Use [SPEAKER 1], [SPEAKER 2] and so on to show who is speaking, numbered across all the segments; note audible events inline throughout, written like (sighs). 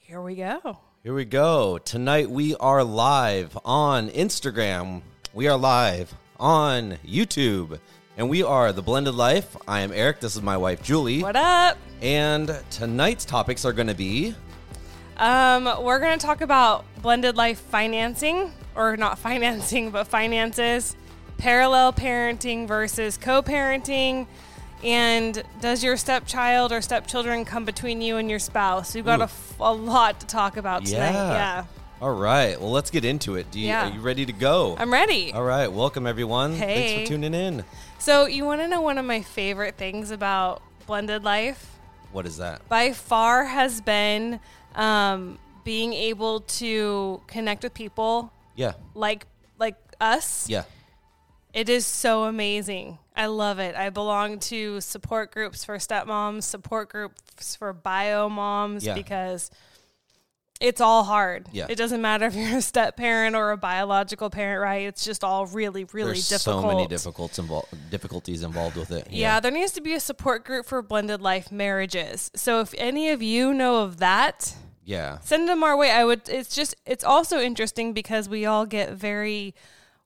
[SPEAKER 1] Here we go.
[SPEAKER 2] Here we go. Tonight we are live on Instagram. We are live on YouTube. And we are The Blended Life. I am Eric. This is my wife, Julie.
[SPEAKER 1] What up?
[SPEAKER 2] And tonight's topics are going to be
[SPEAKER 1] Um, we're going to talk about blended life financing, or not (laughs) financing, but finances, parallel parenting versus co parenting. And does your stepchild or stepchildren come between you and your spouse? We've got a, f- a lot to talk about tonight. Yeah.
[SPEAKER 2] All right. Well, let's get into it. Do you,
[SPEAKER 1] Yeah.
[SPEAKER 2] Are you ready to go?
[SPEAKER 1] I'm ready.
[SPEAKER 2] All right. Welcome, everyone.
[SPEAKER 1] Hey.
[SPEAKER 2] Thanks for tuning in.
[SPEAKER 1] So, you want to know one of my favorite things about blended life?
[SPEAKER 2] What is that?
[SPEAKER 1] by far has been um, being able to connect with people
[SPEAKER 2] Yeah.
[SPEAKER 1] like like us.
[SPEAKER 2] Yeah.
[SPEAKER 1] It is so amazing. I love it. I belong to support groups for stepmoms, support groups for bio moms
[SPEAKER 2] Yeah.
[SPEAKER 1] because it's all hard.
[SPEAKER 2] Yeah.
[SPEAKER 1] It doesn't matter if you're a step parent or a biological parent, right? It's just all really, really
[SPEAKER 2] There's
[SPEAKER 1] difficult.
[SPEAKER 2] so many difficulties, invol- difficulties involved with it.
[SPEAKER 1] Yeah, there needs to be a support group for blended life marriages. So if any of you know of that,
[SPEAKER 2] Yeah.
[SPEAKER 1] send them our way. I would. It's just. It's also interesting because we all get very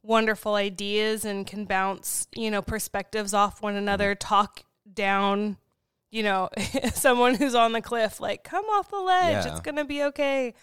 [SPEAKER 1] wonderful ideas and can bounce, you know, perspectives off one another. Talk down, you know, (laughs) someone who's on the cliff. Like, come off the ledge.
[SPEAKER 2] Yeah.
[SPEAKER 1] It's gonna be okay.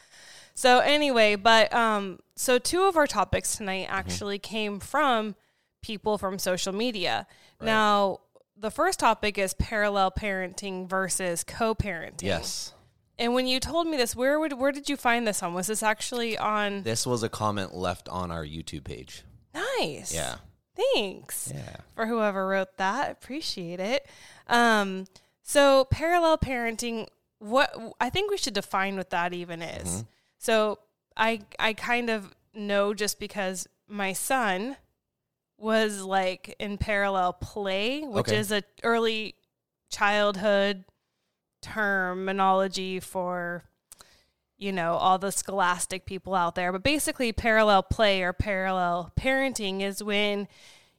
[SPEAKER 1] So anyway, but um, so two of our topics tonight actually came from people from social media. Now. The first topic is parallel parenting versus co-parenting.
[SPEAKER 2] Yes.
[SPEAKER 1] And when you told me this, where would where did you find this on? Was this actually on
[SPEAKER 2] This was a comment left on our YouTube page.
[SPEAKER 1] Nice?
[SPEAKER 2] Yeah.
[SPEAKER 1] Thanks
[SPEAKER 2] Yeah.
[SPEAKER 1] for whoever wrote that. Appreciate it. Um, so parallel parenting, what I think we should define what that even is. So I I kind of know just because my son was like in parallel play, which
[SPEAKER 2] Okay.
[SPEAKER 1] is a early childhood terminology for you know all the scholastic people out there but basically parallel play or parallel parenting is when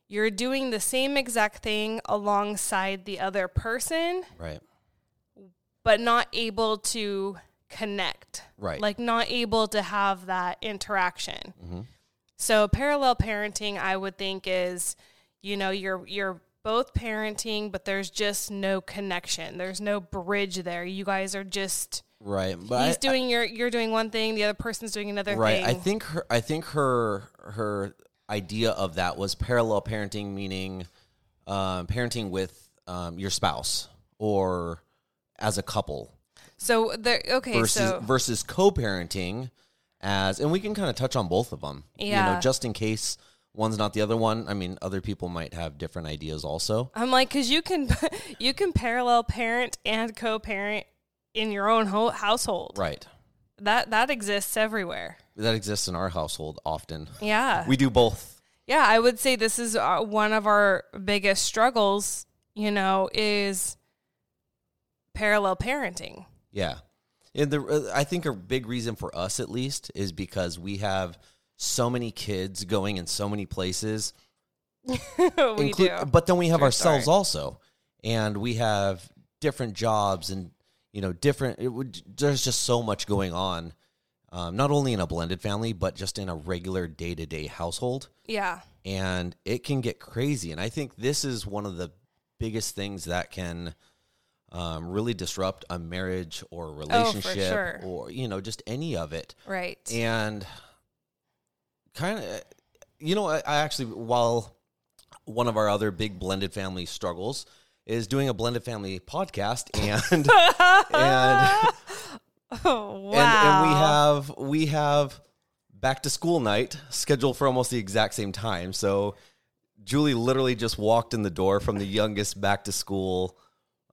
[SPEAKER 1] you're doing the same exact thing alongside the other person
[SPEAKER 2] Right.
[SPEAKER 1] but not able to connect
[SPEAKER 2] Right. Mm-hmm.
[SPEAKER 1] like not able to have that interaction so parallel parenting i would think is you know you're you're both parenting but there's just no connection there's no bridge there you guys are just
[SPEAKER 2] Right. But
[SPEAKER 1] he's
[SPEAKER 2] I-
[SPEAKER 1] doing your you're doing one thing the other person's doing another thing
[SPEAKER 2] right i think her i think her her idea of that was parallel parenting meaning um, parenting with um, your spouse or as a couple
[SPEAKER 1] so there okay
[SPEAKER 2] versus
[SPEAKER 1] so
[SPEAKER 2] versus co-parenting as and we can kind of touch on both of them you
[SPEAKER 1] Yeah.
[SPEAKER 2] know just in case one's not the other one i mean other people might have different ideas also
[SPEAKER 1] I'm like, because you can (laughs) you can parallel parent and co-parent in your own ho- household.
[SPEAKER 2] right
[SPEAKER 1] That that exists everywhere.
[SPEAKER 2] that exists in our household often
[SPEAKER 1] Yeah,
[SPEAKER 2] we do both
[SPEAKER 1] yeah. I would say this is uh, one of our biggest struggles. You know, is parallel parenting. (laughs)
[SPEAKER 2] Yeah, and the uh, I think a big reason for us at least is because we have so many kids going in so many places,
[SPEAKER 1] we
[SPEAKER 2] inclu-
[SPEAKER 1] do.
[SPEAKER 2] but then we have
[SPEAKER 1] True
[SPEAKER 2] ourselves
[SPEAKER 1] story.
[SPEAKER 2] also, and we have different jobs and you know different. It would, there's just so much going on, um, not only in a blended family but just in a regular day to day household
[SPEAKER 1] Yeah,
[SPEAKER 2] and it can get crazy. And I think this is one of the biggest things that can um, really disrupt a marriage or a relationship
[SPEAKER 1] sure.
[SPEAKER 2] or you know just any of it
[SPEAKER 1] Right.
[SPEAKER 2] and kind of you know I, I actually while one of our other big blended family struggles is doing a blended family podcast and and
[SPEAKER 1] (laughs) oh, wow.
[SPEAKER 2] and, and we have we have back to school night scheduled for almost the exact same time. So Julie literally just walked in the door from the youngest back to school.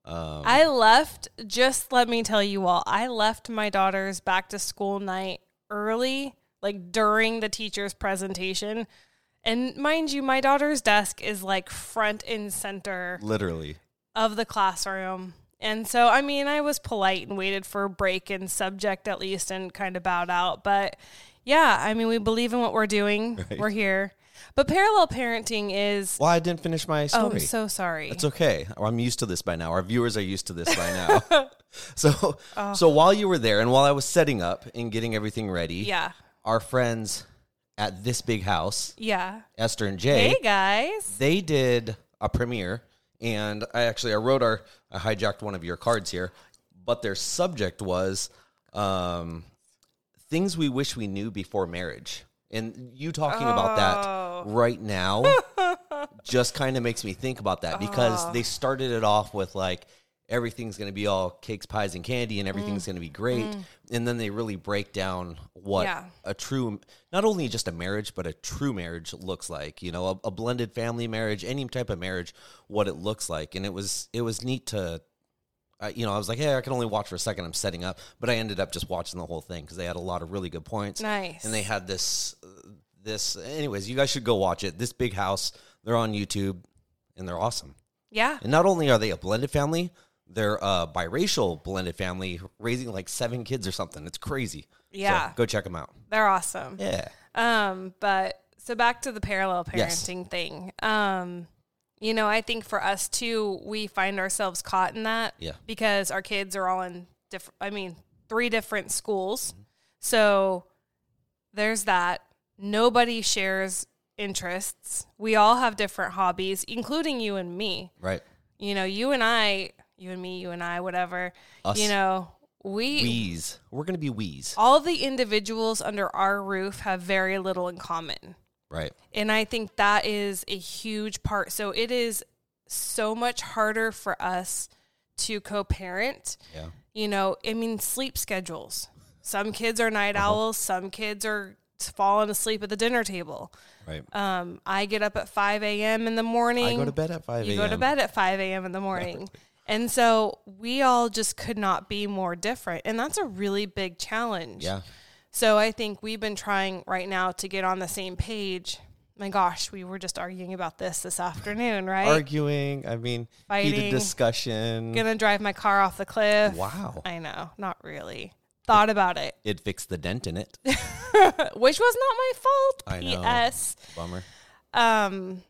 [SPEAKER 2] Um,
[SPEAKER 1] I left, just let me tell you all, I left my daughter's back to school night early, like during the teacher's presentation. And mind you, my daughter's desk is like front and center
[SPEAKER 2] literally,
[SPEAKER 1] of the classroom. And so, I mean, I was polite and waited for a break and subject at least and kind of bowed out. But yeah, I mean, we believe in what we're
[SPEAKER 2] (laughs)
[SPEAKER 1] doing, we're here. But parallel parenting is.
[SPEAKER 2] well, I didn't finish my
[SPEAKER 1] Oh,
[SPEAKER 2] story.
[SPEAKER 1] I'm so sorry.
[SPEAKER 2] It's okay. I'm used to this by now. Our viewers are used to this by
[SPEAKER 1] (laughs)
[SPEAKER 2] now. so,
[SPEAKER 1] Oh.
[SPEAKER 2] so while you were there and while I was setting up and getting everything ready,
[SPEAKER 1] yeah.
[SPEAKER 2] our friends at this big house,
[SPEAKER 1] Yeah.
[SPEAKER 2] Esther and
[SPEAKER 1] Hey, guys.
[SPEAKER 2] they did a premiere and i actually i wrote our i hijacked one of your cards here but their subject was um things we wish we knew before marriage and you talking about that right now just kind of makes me think about that because they started it off with like everything's going to be all cakes pies and candy and everything's going to be great and then they really break down what
[SPEAKER 1] Yeah.
[SPEAKER 2] a true not only just a marriage but a true marriage looks like you know a, a blended family marriage any type of marriage what it looks like and it was it was neat to uh, you know i was like hey i can only watch for a second i'm setting up but i ended up just watching the whole thing because they had a lot of really good points
[SPEAKER 1] Nice.
[SPEAKER 2] and they had this uh, this anyways you guys should go watch it this big house they're on youtube and they're awesome
[SPEAKER 1] Yeah.
[SPEAKER 2] and not only are they a blended family they're a biracial blended family raising like seven kids or something it's crazy So
[SPEAKER 1] Yeah.
[SPEAKER 2] go check them out
[SPEAKER 1] They're awesome.
[SPEAKER 2] yeah
[SPEAKER 1] Um, but so back to the parallel parenting
[SPEAKER 2] Yes.
[SPEAKER 1] thing. Um, you know, I think for us too, we find ourselves caught in that.
[SPEAKER 2] Yeah.
[SPEAKER 1] Because our kids are all in different I mean, three different schools.
[SPEAKER 2] Mm-hmm.
[SPEAKER 1] So there's that. Nobody shares interests. We all have different hobbies, including you and me.
[SPEAKER 2] right
[SPEAKER 1] You know, you and I, you and me, you and I, whatever.
[SPEAKER 2] Us.
[SPEAKER 1] You know, we
[SPEAKER 2] Wheeze. We're gonna be wheeze.
[SPEAKER 1] all the individuals under our roof have very little in common.
[SPEAKER 2] Right.
[SPEAKER 1] And I think that is a huge part. So it is so much harder for us to co parent.
[SPEAKER 2] Yeah.
[SPEAKER 1] You know, I mean, sleep schedules. Some kids are night
[SPEAKER 2] Uh-huh.
[SPEAKER 1] owls, some kids are falling asleep at the dinner table.
[SPEAKER 2] Right.
[SPEAKER 1] Um, I get up at 5 a.m. in the morning.
[SPEAKER 2] I go to bed at five
[SPEAKER 1] Um, You
[SPEAKER 2] a.m.
[SPEAKER 1] go to bed at 5 a.m. in the
[SPEAKER 2] (laughs)
[SPEAKER 1] morning. And so we all just could not be more different. And that's a really big challenge.
[SPEAKER 2] Yeah.
[SPEAKER 1] So I think we've been trying right now to get on the same page. My gosh, we were just arguing about this this afternoon, right?
[SPEAKER 2] Arguing. I mean,
[SPEAKER 1] Fighting.
[SPEAKER 2] heated discussion.
[SPEAKER 1] Gonna drive my car off the cliff.
[SPEAKER 2] Wow.
[SPEAKER 1] I know, not really. Thought about it, (laughs)
[SPEAKER 2] It fixed the dent in it.
[SPEAKER 1] which was not my fault.
[SPEAKER 2] I know.
[SPEAKER 1] P.S.
[SPEAKER 2] Bummer.
[SPEAKER 1] Um.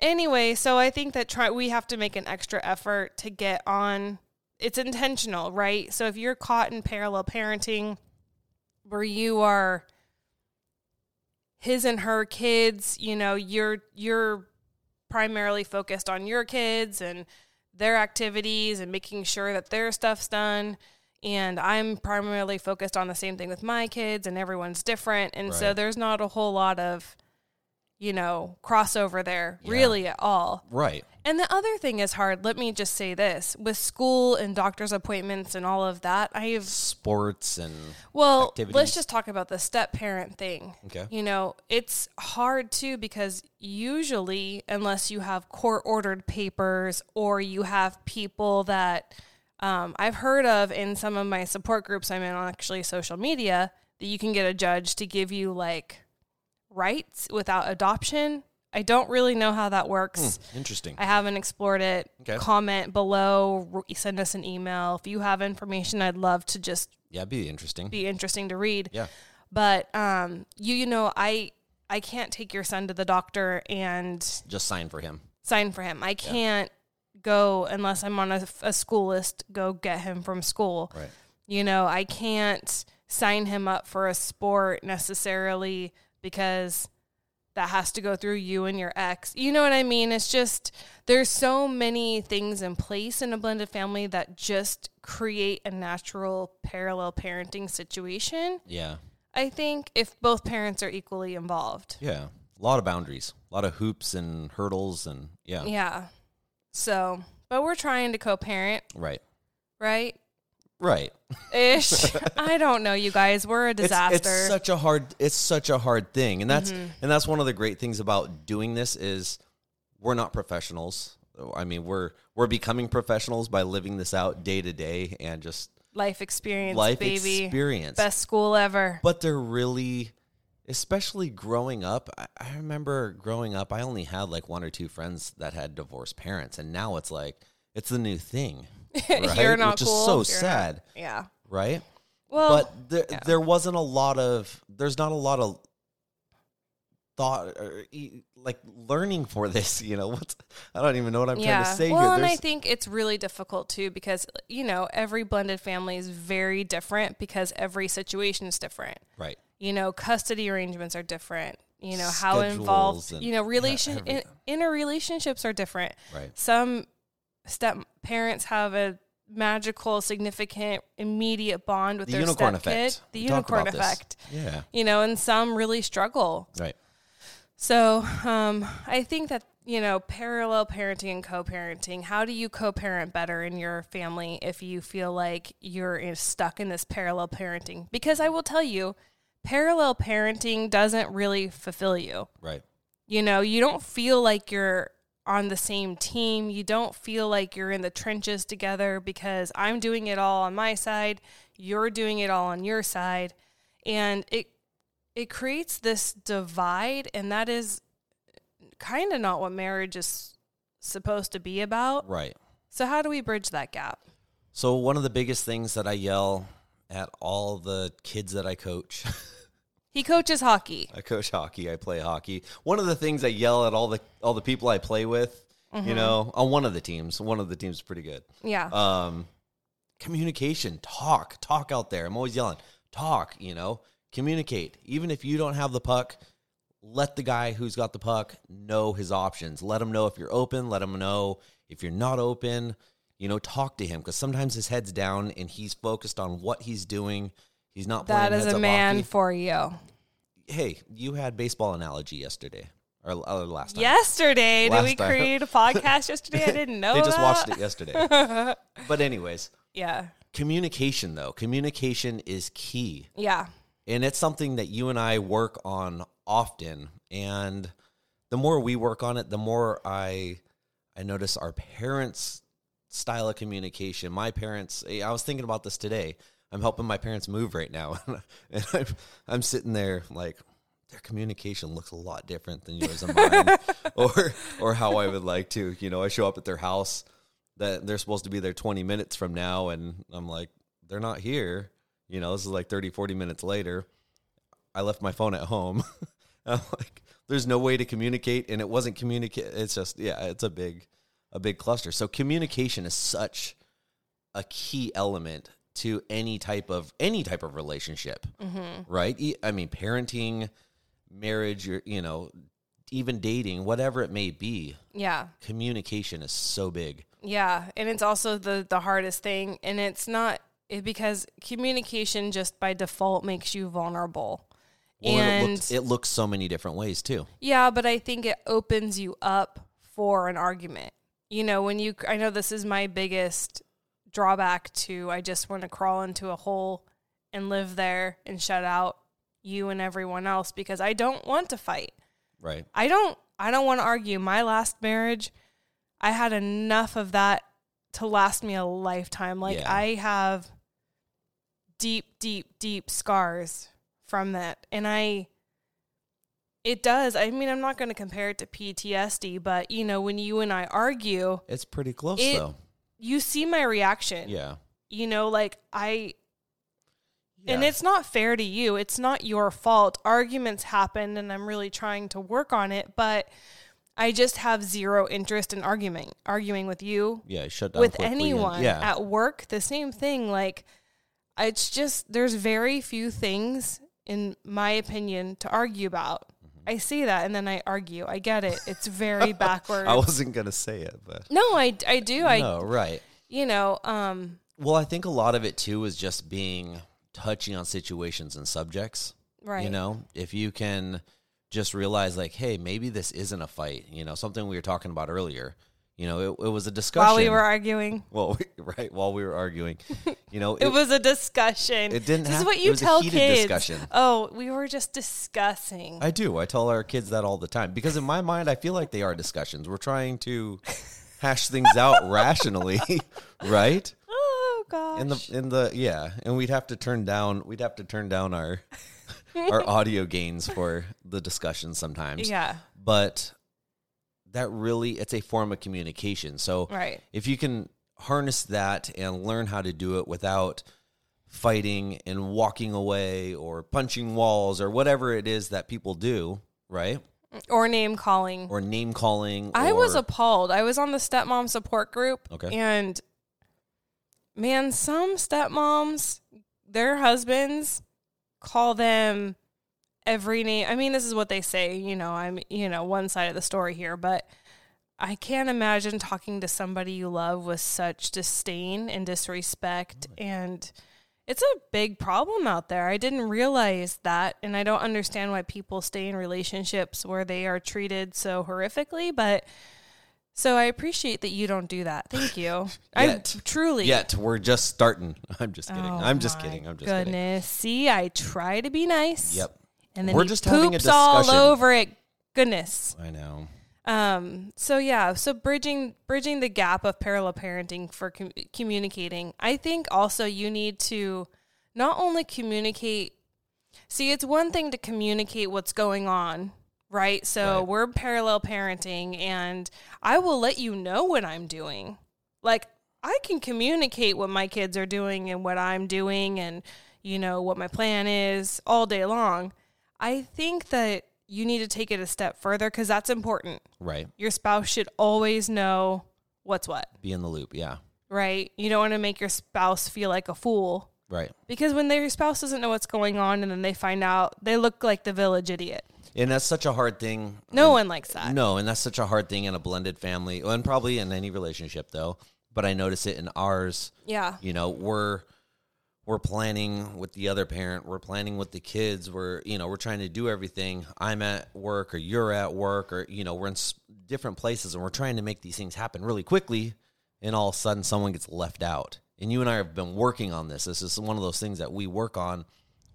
[SPEAKER 1] Anyway, so I think that try we have to make an extra effort to get on. It's intentional, right? So if you're caught in parallel parenting, where you are his and her kids, you know, you're you're primarily focused on your kids and their activities and making sure that their stuff's done. And I'm primarily focused on the same thing with my kids, and everyone's different. And so
[SPEAKER 2] Right.
[SPEAKER 1] there's not a whole lot of, you know, crossover there really at all.
[SPEAKER 2] Right.
[SPEAKER 1] And the other thing is hard. Let me just say this with school and doctor's appointments and all of that, I've
[SPEAKER 2] Sports and
[SPEAKER 1] well, let's
[SPEAKER 2] activities?
[SPEAKER 1] just talk about the step parent thing.
[SPEAKER 2] Okay.
[SPEAKER 1] You know, it's hard too because usually, unless you have court ordered papers or you have people that um, I've heard of in some of my support groups I'm in on actually social media, that you can get a judge to give you like rights without adoption. I don't really know how that works.
[SPEAKER 2] interesting.
[SPEAKER 1] I haven't explored it.
[SPEAKER 2] Hmm. Okay.
[SPEAKER 1] Comment below, r- send us an email. If you have information, I'd love to just
[SPEAKER 2] yeah, it'd be interesting.
[SPEAKER 1] be interesting to read.
[SPEAKER 2] yeah.
[SPEAKER 1] But um, you you know I I can't take your son to the doctor and
[SPEAKER 2] Just sign for him.
[SPEAKER 1] sign for him. I can't go unless I'm on a, a school list. Go get him from school.
[SPEAKER 2] Right.
[SPEAKER 1] You know I can't sign him up for a sport necessarily because that has to go through you and your ex. You know what I mean? It's just there's so many things in place in a blended family that just create a natural parallel parenting situation.
[SPEAKER 2] Yeah.
[SPEAKER 1] I think if both parents are equally involved.
[SPEAKER 2] Yeah. A lot of boundaries, a lot of hoops and hurdles, and yeah.
[SPEAKER 1] Yeah. So, but we're trying to co-parent,
[SPEAKER 2] Right.
[SPEAKER 1] right?
[SPEAKER 2] Right. (laughs)
[SPEAKER 1] Ish. I don't know, you guys. We're a
[SPEAKER 2] It's,
[SPEAKER 1] disaster. Mm-hmm.
[SPEAKER 2] it's such a hard it's such a hard thing. And that's and that's one of the great things about doing this is we're not professionals. I mean, we're we're becoming professionals by living this out day to day and just
[SPEAKER 1] life experience,
[SPEAKER 2] life
[SPEAKER 1] baby.
[SPEAKER 2] experience.
[SPEAKER 1] Best school ever.
[SPEAKER 2] But they're really especially growing up. I, I remember growing up I only had like one or two friends that had divorced parents and now it's like it's the
[SPEAKER 1] (laughs)
[SPEAKER 2] new thing. Right?
[SPEAKER 1] You're not
[SPEAKER 2] Which
[SPEAKER 1] cool.
[SPEAKER 2] is so
[SPEAKER 1] You're not-
[SPEAKER 2] sad,
[SPEAKER 1] Yeah.
[SPEAKER 2] right?
[SPEAKER 1] Well,
[SPEAKER 2] but there, there wasn't a lot of there's not a lot of thought or e- like learning for this you know (laughs) what's i don't even know what i'm trying to say
[SPEAKER 1] well,
[SPEAKER 2] here
[SPEAKER 1] and I
[SPEAKER 2] There's-
[SPEAKER 1] think it's really difficult too because you know every blended family is very different because every situation is different.
[SPEAKER 2] right
[SPEAKER 1] You know, custody arrangements are different. You know how
[SPEAKER 2] Schedules
[SPEAKER 1] involved.
[SPEAKER 2] and-
[SPEAKER 1] you know,
[SPEAKER 2] yeah,
[SPEAKER 1] relation in,
[SPEAKER 2] everything.
[SPEAKER 1] inner relationships are different.
[SPEAKER 2] Right.
[SPEAKER 1] Some step parents have a magical, significant, immediate bond with
[SPEAKER 2] the
[SPEAKER 1] their
[SPEAKER 2] unicorn
[SPEAKER 1] stepkid.
[SPEAKER 2] effect
[SPEAKER 1] The
[SPEAKER 2] We talk
[SPEAKER 1] unicorn
[SPEAKER 2] about this.
[SPEAKER 1] effect.
[SPEAKER 2] yeah
[SPEAKER 1] You know, and some really struggle.
[SPEAKER 2] right
[SPEAKER 1] So um, I think that you know parallel parenting and co-parenting. How do you co-parent better in your family if you feel like you're in- stuck in this parallel parenting? Because I will tell you, parallel parenting doesn't really fulfill you.
[SPEAKER 2] right
[SPEAKER 1] You know, you don't feel like you're on the same team. You don't feel like you're in the trenches together because I'm doing it all on my side, you're doing it all on your side, and it it creates this divide and that is kind of not what marriage is supposed to be about.
[SPEAKER 2] right
[SPEAKER 1] So how do we bridge that gap?
[SPEAKER 2] so one of the biggest things that i yell at all the kids that i coach (laughs)
[SPEAKER 1] He coaches hockey.
[SPEAKER 2] I coach hockey. I play hockey. One of the things I yell at all the all the people I play with, you know, on one of the teams. One of the teams is pretty good.
[SPEAKER 1] Yeah.
[SPEAKER 2] Um, communication, talk, talk out there. I'm always yelling, talk. You know, communicate. Even if you don't have the puck, let the guy who's got the puck know his options. Let him know if you're open. Let him know if you're not open. You know, talk to him because sometimes his head's down and he's focused on what he's doing. He's not playing
[SPEAKER 1] that is
[SPEAKER 2] heads
[SPEAKER 1] a
[SPEAKER 2] up
[SPEAKER 1] man
[SPEAKER 2] hockey
[SPEAKER 1] for you.
[SPEAKER 2] hey, you had baseball analogy yesterday or, or last time.
[SPEAKER 1] Yesterday, did
[SPEAKER 2] Last
[SPEAKER 1] we
[SPEAKER 2] time. (laughs)
[SPEAKER 1] create a podcast yesterday? I didn't know.
[SPEAKER 2] they just
[SPEAKER 1] that.
[SPEAKER 2] watched it yesterday. but anyways,
[SPEAKER 1] Yeah.
[SPEAKER 2] communication though, communication is key,
[SPEAKER 1] Yeah.
[SPEAKER 2] and it's something that you and I work on often. And the more we work on it, the more I I notice our parents' style of communication. My parents. eh, I was thinking about this today. I'm helping my parents move right now, (laughs) and I'm I'm sitting there like. Their communication looks a lot different than yours and mine, or or how I would like to. You know, I show up at their house that they're supposed to be there 20 minutes from now, and I'm like, they're not here. You know, this is like 30, 40 minutes later. I left my phone at home. (laughs) I'm like, there's no way to communicate, and it wasn't communicate. It's just, yeah, it's a big, a big cluster. So communication is such a key element to any type of any type of relationship, right? E- I mean, parenting, marriage, your, you know, even dating, whatever it may be.
[SPEAKER 1] Yeah.
[SPEAKER 2] Communication is so big,
[SPEAKER 1] Yeah, and it's also the the hardest thing, and it's not it, because communication just by defalt makes you vulnerable.
[SPEAKER 2] well, and it,
[SPEAKER 1] and
[SPEAKER 2] looks, it looks so many different ways too.
[SPEAKER 1] yeah, but I think it opens you up for an argument. You know, when you I know this is my biggest drawback to I just want to crawl into a hole and live there and shut out you and everyone else because I don't want to fight.
[SPEAKER 2] Right.
[SPEAKER 1] I don't I don't want to argue. My last marriage, I had enough of that to last me a lifetime. Like
[SPEAKER 2] Yeah.
[SPEAKER 1] I have deep, deep, deep scars from that. And I it does. I mean, I'm not going to compare it to PTSD, but you know, when you and I argue,
[SPEAKER 2] It's pretty close
[SPEAKER 1] It-
[SPEAKER 2] though.
[SPEAKER 1] you see my reaction.
[SPEAKER 2] Yeah.
[SPEAKER 1] You know, like I and
[SPEAKER 2] Yeah.
[SPEAKER 1] it's not fair to you. It's not your fault. Arguments happen, and I'm really trying to work on it, but I just have zero interest in arguing, arguing with you,
[SPEAKER 2] yeah, shut down
[SPEAKER 1] with
[SPEAKER 2] quickly and-
[SPEAKER 1] anyone
[SPEAKER 2] yeah.
[SPEAKER 1] at work. The same thing. Like, it's just there's very few things, in my opinion, to argue about. I say that and then I argue. I get it.
[SPEAKER 2] (laughs)
[SPEAKER 1] It's very backwards.
[SPEAKER 2] Mm-hmm. I wasn't gonna say it, but
[SPEAKER 1] no, I, I do. I
[SPEAKER 2] no, right.
[SPEAKER 1] you know, um,
[SPEAKER 2] Well, I think a lot of it too is just being touching on situations and subjects.
[SPEAKER 1] Right.
[SPEAKER 2] You know, if you can just realize, like, hey, maybe this isn't a fight. You know, something we were talking about earlier. You know, it, it was a discussion.
[SPEAKER 1] while we were arguing.
[SPEAKER 2] well, (laughs) right while we
[SPEAKER 1] (laughs)
[SPEAKER 2] were arguing. You know,
[SPEAKER 1] It was a discussion.
[SPEAKER 2] It didn't
[SPEAKER 1] This is
[SPEAKER 2] have-
[SPEAKER 1] what
[SPEAKER 2] it
[SPEAKER 1] you
[SPEAKER 2] was a
[SPEAKER 1] tell
[SPEAKER 2] heated
[SPEAKER 1] kids.
[SPEAKER 2] discussion.
[SPEAKER 1] Oh, we were just discussing.
[SPEAKER 2] I do. I tell our kids that all the time because in my mind, I feel like they are discussions. We're trying to hash
[SPEAKER 1] (laughs)
[SPEAKER 2] things out rationally, right?
[SPEAKER 1] oh gosh.
[SPEAKER 2] In the in the yeah, and we'd have to turn down we'd have to turn down
[SPEAKER 1] (laughs)
[SPEAKER 2] our our audio gains for the discussion sometimes.
[SPEAKER 1] yeah.
[SPEAKER 2] But that really it's a form of communication. So
[SPEAKER 1] Right.
[SPEAKER 2] if you can harness that and learn how to do it without fighting and walking away or punching walls or whatever it is that people do, right?
[SPEAKER 1] Or name calling.
[SPEAKER 2] Or name calling.
[SPEAKER 1] I was
[SPEAKER 2] or-
[SPEAKER 1] appalled. I was on the stepmom support group.
[SPEAKER 2] Okay.
[SPEAKER 1] And man, some stepmoms, their husbands call them every name. I mean, this is what they say, you know, I'm, you know, one side of the story here, but I can't imagine talking to somebody you love with such disdain and disrespect and it's a big problem out there. I didn't realize that and I don't understand why people stay in relationships where they are treated so horrifically, but so I appreciate that you don't do that. Thank
[SPEAKER 2] (laughs)
[SPEAKER 1] you. I
[SPEAKER 2] Yet.
[SPEAKER 1] truly
[SPEAKER 2] Yet we're just starting. (laughs) I'm just kidding.
[SPEAKER 1] Oh,
[SPEAKER 2] I'm just
[SPEAKER 1] my
[SPEAKER 2] kidding. I'm just kidding.
[SPEAKER 1] goodness. See, I try to be nice.
[SPEAKER 2] Yep.
[SPEAKER 1] And then
[SPEAKER 2] We're
[SPEAKER 1] he
[SPEAKER 2] just
[SPEAKER 1] poops
[SPEAKER 2] having a
[SPEAKER 1] all
[SPEAKER 2] discussion.
[SPEAKER 1] over it. Goodness.
[SPEAKER 2] I know.
[SPEAKER 1] Um. So yeah. So bridging bridging the gap of parallel parenting for com- communicating. I think also you need to not only communicate. See, it's one thing to communicate what's going on, right? So
[SPEAKER 2] Right.
[SPEAKER 1] we're parallel parenting, and I will let you know what I'm doing. Like I can communicate what my kids are doing and what I'm doing, and you know what my plan is all day long. I think that you need to take it a step further because that's important
[SPEAKER 2] Right.
[SPEAKER 1] your spouse should always know what's what,
[SPEAKER 2] Be in the loop. Yeah.
[SPEAKER 1] right? You don't want to make your spouse feel like a fool
[SPEAKER 2] Right.
[SPEAKER 1] because when their spouse doesn't know what's going on and then they find out, they look like the village idiot.
[SPEAKER 2] And that's such a hard thing.
[SPEAKER 1] No one likes that.
[SPEAKER 2] No, and that's such a hard thing in a blended family and probably in any relationship though. But I notice it in ours.
[SPEAKER 1] Yeah.
[SPEAKER 2] You know, we're we're planning with the other parent, we're planning with the kids, we're you know, we're trying to do everything. I'm at work or you're at work or you know, we're in s- different places and we're trying to make these things happen really quickly and all of a sudden someone gets left out. And you and I have been working on this. This is one of those things that we work on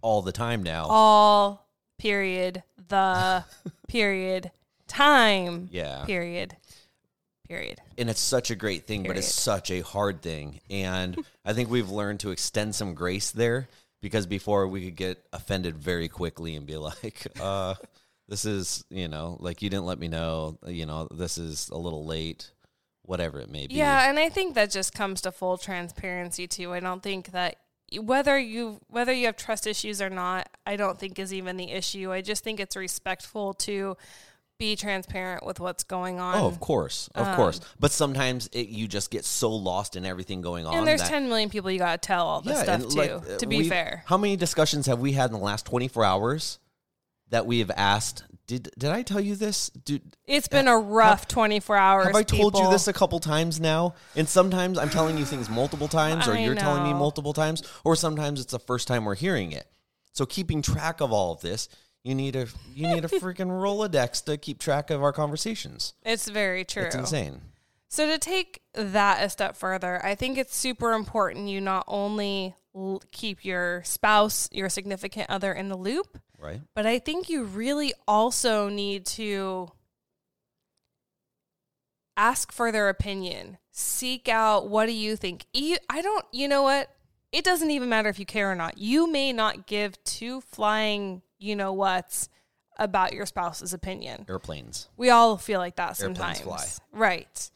[SPEAKER 2] all the time now.
[SPEAKER 1] All period, the period, time,
[SPEAKER 2] yeah.
[SPEAKER 1] period, period.
[SPEAKER 2] and it's such a great thing, but it's such a hard thing. And I think we've learned to extend some grace there because before we could get offended very quickly and be like, (laughs) uh, this is, you know, like you didn't let me know, you know, this is a little late, whatever it may be.
[SPEAKER 1] Yeah, and I think that just comes to full transparency too. I don't think that whether you whether you have trust issues or not, I don't think is even the issue. I just think it's respectful to be transparent with what's going on.
[SPEAKER 2] Oh, of course, of
[SPEAKER 1] um,
[SPEAKER 2] course. But sometimes it, you just get so lost in everything going on.
[SPEAKER 1] and there's
[SPEAKER 2] that-
[SPEAKER 1] 10 million people you got to tell all this stuff
[SPEAKER 2] and,
[SPEAKER 1] too,
[SPEAKER 2] like, uh,
[SPEAKER 1] to be
[SPEAKER 2] we've-
[SPEAKER 1] fair.
[SPEAKER 2] How many discussions have we had in the last 24 hours that we have asked, did did I tell you this? Dude,
[SPEAKER 1] It's been a rough 24 hours.
[SPEAKER 2] Have I told you
[SPEAKER 1] people.
[SPEAKER 2] this a couple times now? And sometimes I'm telling you things multiple times, or
[SPEAKER 1] I
[SPEAKER 2] you're telling me
[SPEAKER 1] know.
[SPEAKER 2] multiple times, or sometimes it's the first time we're hearing it. So keeping track of all of this, you need a you
[SPEAKER 1] (laughs)
[SPEAKER 2] need a freaking Rolodex to keep track of our conversations.
[SPEAKER 1] It's very true.
[SPEAKER 2] It's insane.
[SPEAKER 1] So to take that a step further, I think it's super important you not only l- keep your spouse, your significant other in the loop,
[SPEAKER 2] Right.
[SPEAKER 1] But I think you really also need to ask for their opinion. Seek out what do you think? E- I don't, you know what? It doesn't even matter if you care or not. You may not give two flying, you know what's about your spouse's opinion.
[SPEAKER 2] Airplanes.
[SPEAKER 1] We all feel like that sometimes.
[SPEAKER 2] Airplanes fly.
[SPEAKER 1] Right.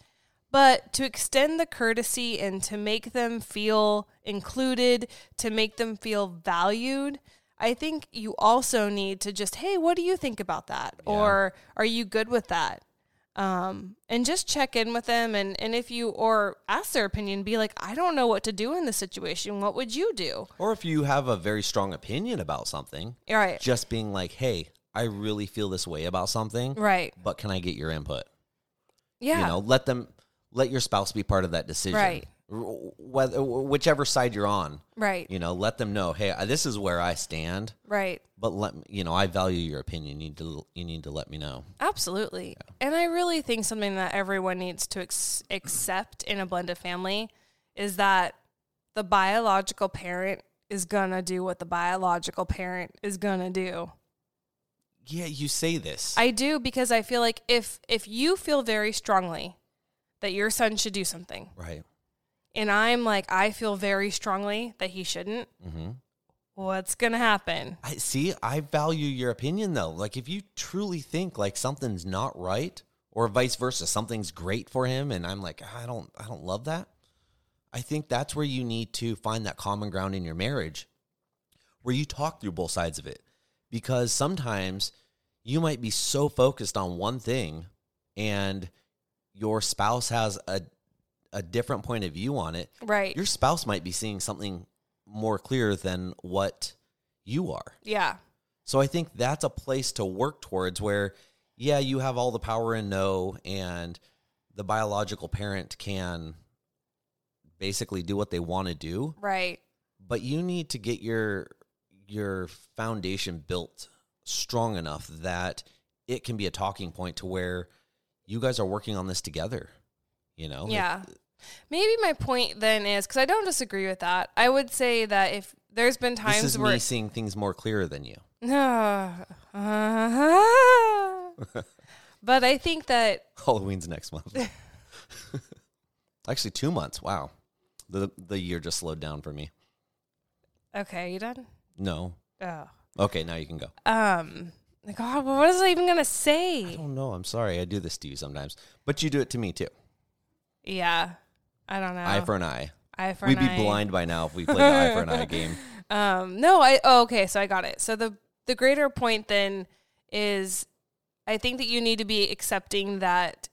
[SPEAKER 1] But to extend the courtesy and to make them feel included, to make them feel valued, I think you also need to just, hey, what do you think about that? Or are you good with that? Um, and just check in with them and, and if you or ask their opinion, be like, I don't know what to do in this situation. What would you do?
[SPEAKER 2] Or if you have a very strong opinion about something,
[SPEAKER 1] All right.
[SPEAKER 2] just being like, "Hey, I really feel this way about something,
[SPEAKER 1] Right.
[SPEAKER 2] but can I get your input?
[SPEAKER 1] Yeah.
[SPEAKER 2] You know, let them let your spouse be part of that decision.
[SPEAKER 1] Right.
[SPEAKER 2] R- Whether whichever side you're on,
[SPEAKER 1] right.
[SPEAKER 2] you know, let them know, "Hey, I- this is where I stand,
[SPEAKER 1] Right.
[SPEAKER 2] but let me, you know, I value your opinion. You need to you need to let me know."
[SPEAKER 1] Absolutely. And I really think something that everyone needs to ex- accept in a blended family is that the biological parent is going to do what the biological parent is going to do.
[SPEAKER 2] Yeah, you say this.
[SPEAKER 1] I do because I feel like if if you feel very strongly that your son should do something
[SPEAKER 2] right.
[SPEAKER 1] and I'm like I feel very strongly that he shouldn't,
[SPEAKER 2] Mhm.
[SPEAKER 1] what's going to happen?
[SPEAKER 2] I see. I value your opinion though. Like if you truly think like something's not right, or vice versa, something's great for him, and I'm like, "Ah, I don't, I don't love that. I think that's where you need to find that common ground in your marriage, where you talk through both sides of it, because sometimes you might be so focused on one thing, and your spouse has a a different point of view on it.
[SPEAKER 1] Right.
[SPEAKER 2] Your spouse might be seeing something more clear than what you are.
[SPEAKER 1] yeah.
[SPEAKER 2] So I think that's a place to work towards where, yeah, you have all the power and no, and the biological parent can basically do what they want to do,
[SPEAKER 1] Right.
[SPEAKER 2] but you need to get your your foundation built strong enough that it can be a talking point to where you guys are working on this together. You know? Like,
[SPEAKER 1] Yeah. Maybe my point then is because I don't disagree with that. I would say that if there's been
[SPEAKER 2] this
[SPEAKER 1] times (laughs)
[SPEAKER 2] is
[SPEAKER 1] where
[SPEAKER 2] me seeing things more clearer than you.
[SPEAKER 1] but I think that
[SPEAKER 2] (laughs) Halloween's
[SPEAKER 1] (laughs)
[SPEAKER 2] next month. Actually, two months. Wow, the the year just slowed down for me.
[SPEAKER 1] okay, you done?
[SPEAKER 2] No,
[SPEAKER 1] Oh,
[SPEAKER 2] okay, now you can go.
[SPEAKER 1] um, God, what was I even gonna
[SPEAKER 2] I
[SPEAKER 1] say?
[SPEAKER 2] don't know. I'm sorry. I do this to you sometimes, but you do it to me too.
[SPEAKER 1] Yeah, I don't know.
[SPEAKER 2] Eye for an eye.
[SPEAKER 1] Eye Oh. for
[SPEAKER 2] We'd
[SPEAKER 1] an
[SPEAKER 2] be
[SPEAKER 1] eye.
[SPEAKER 2] blind by now if we played the eye for
[SPEAKER 1] (laughs)
[SPEAKER 2] an eye game.
[SPEAKER 1] Um, no, I oh, okay, so I got it. So the the greater point then is, I think that you need to be accepting that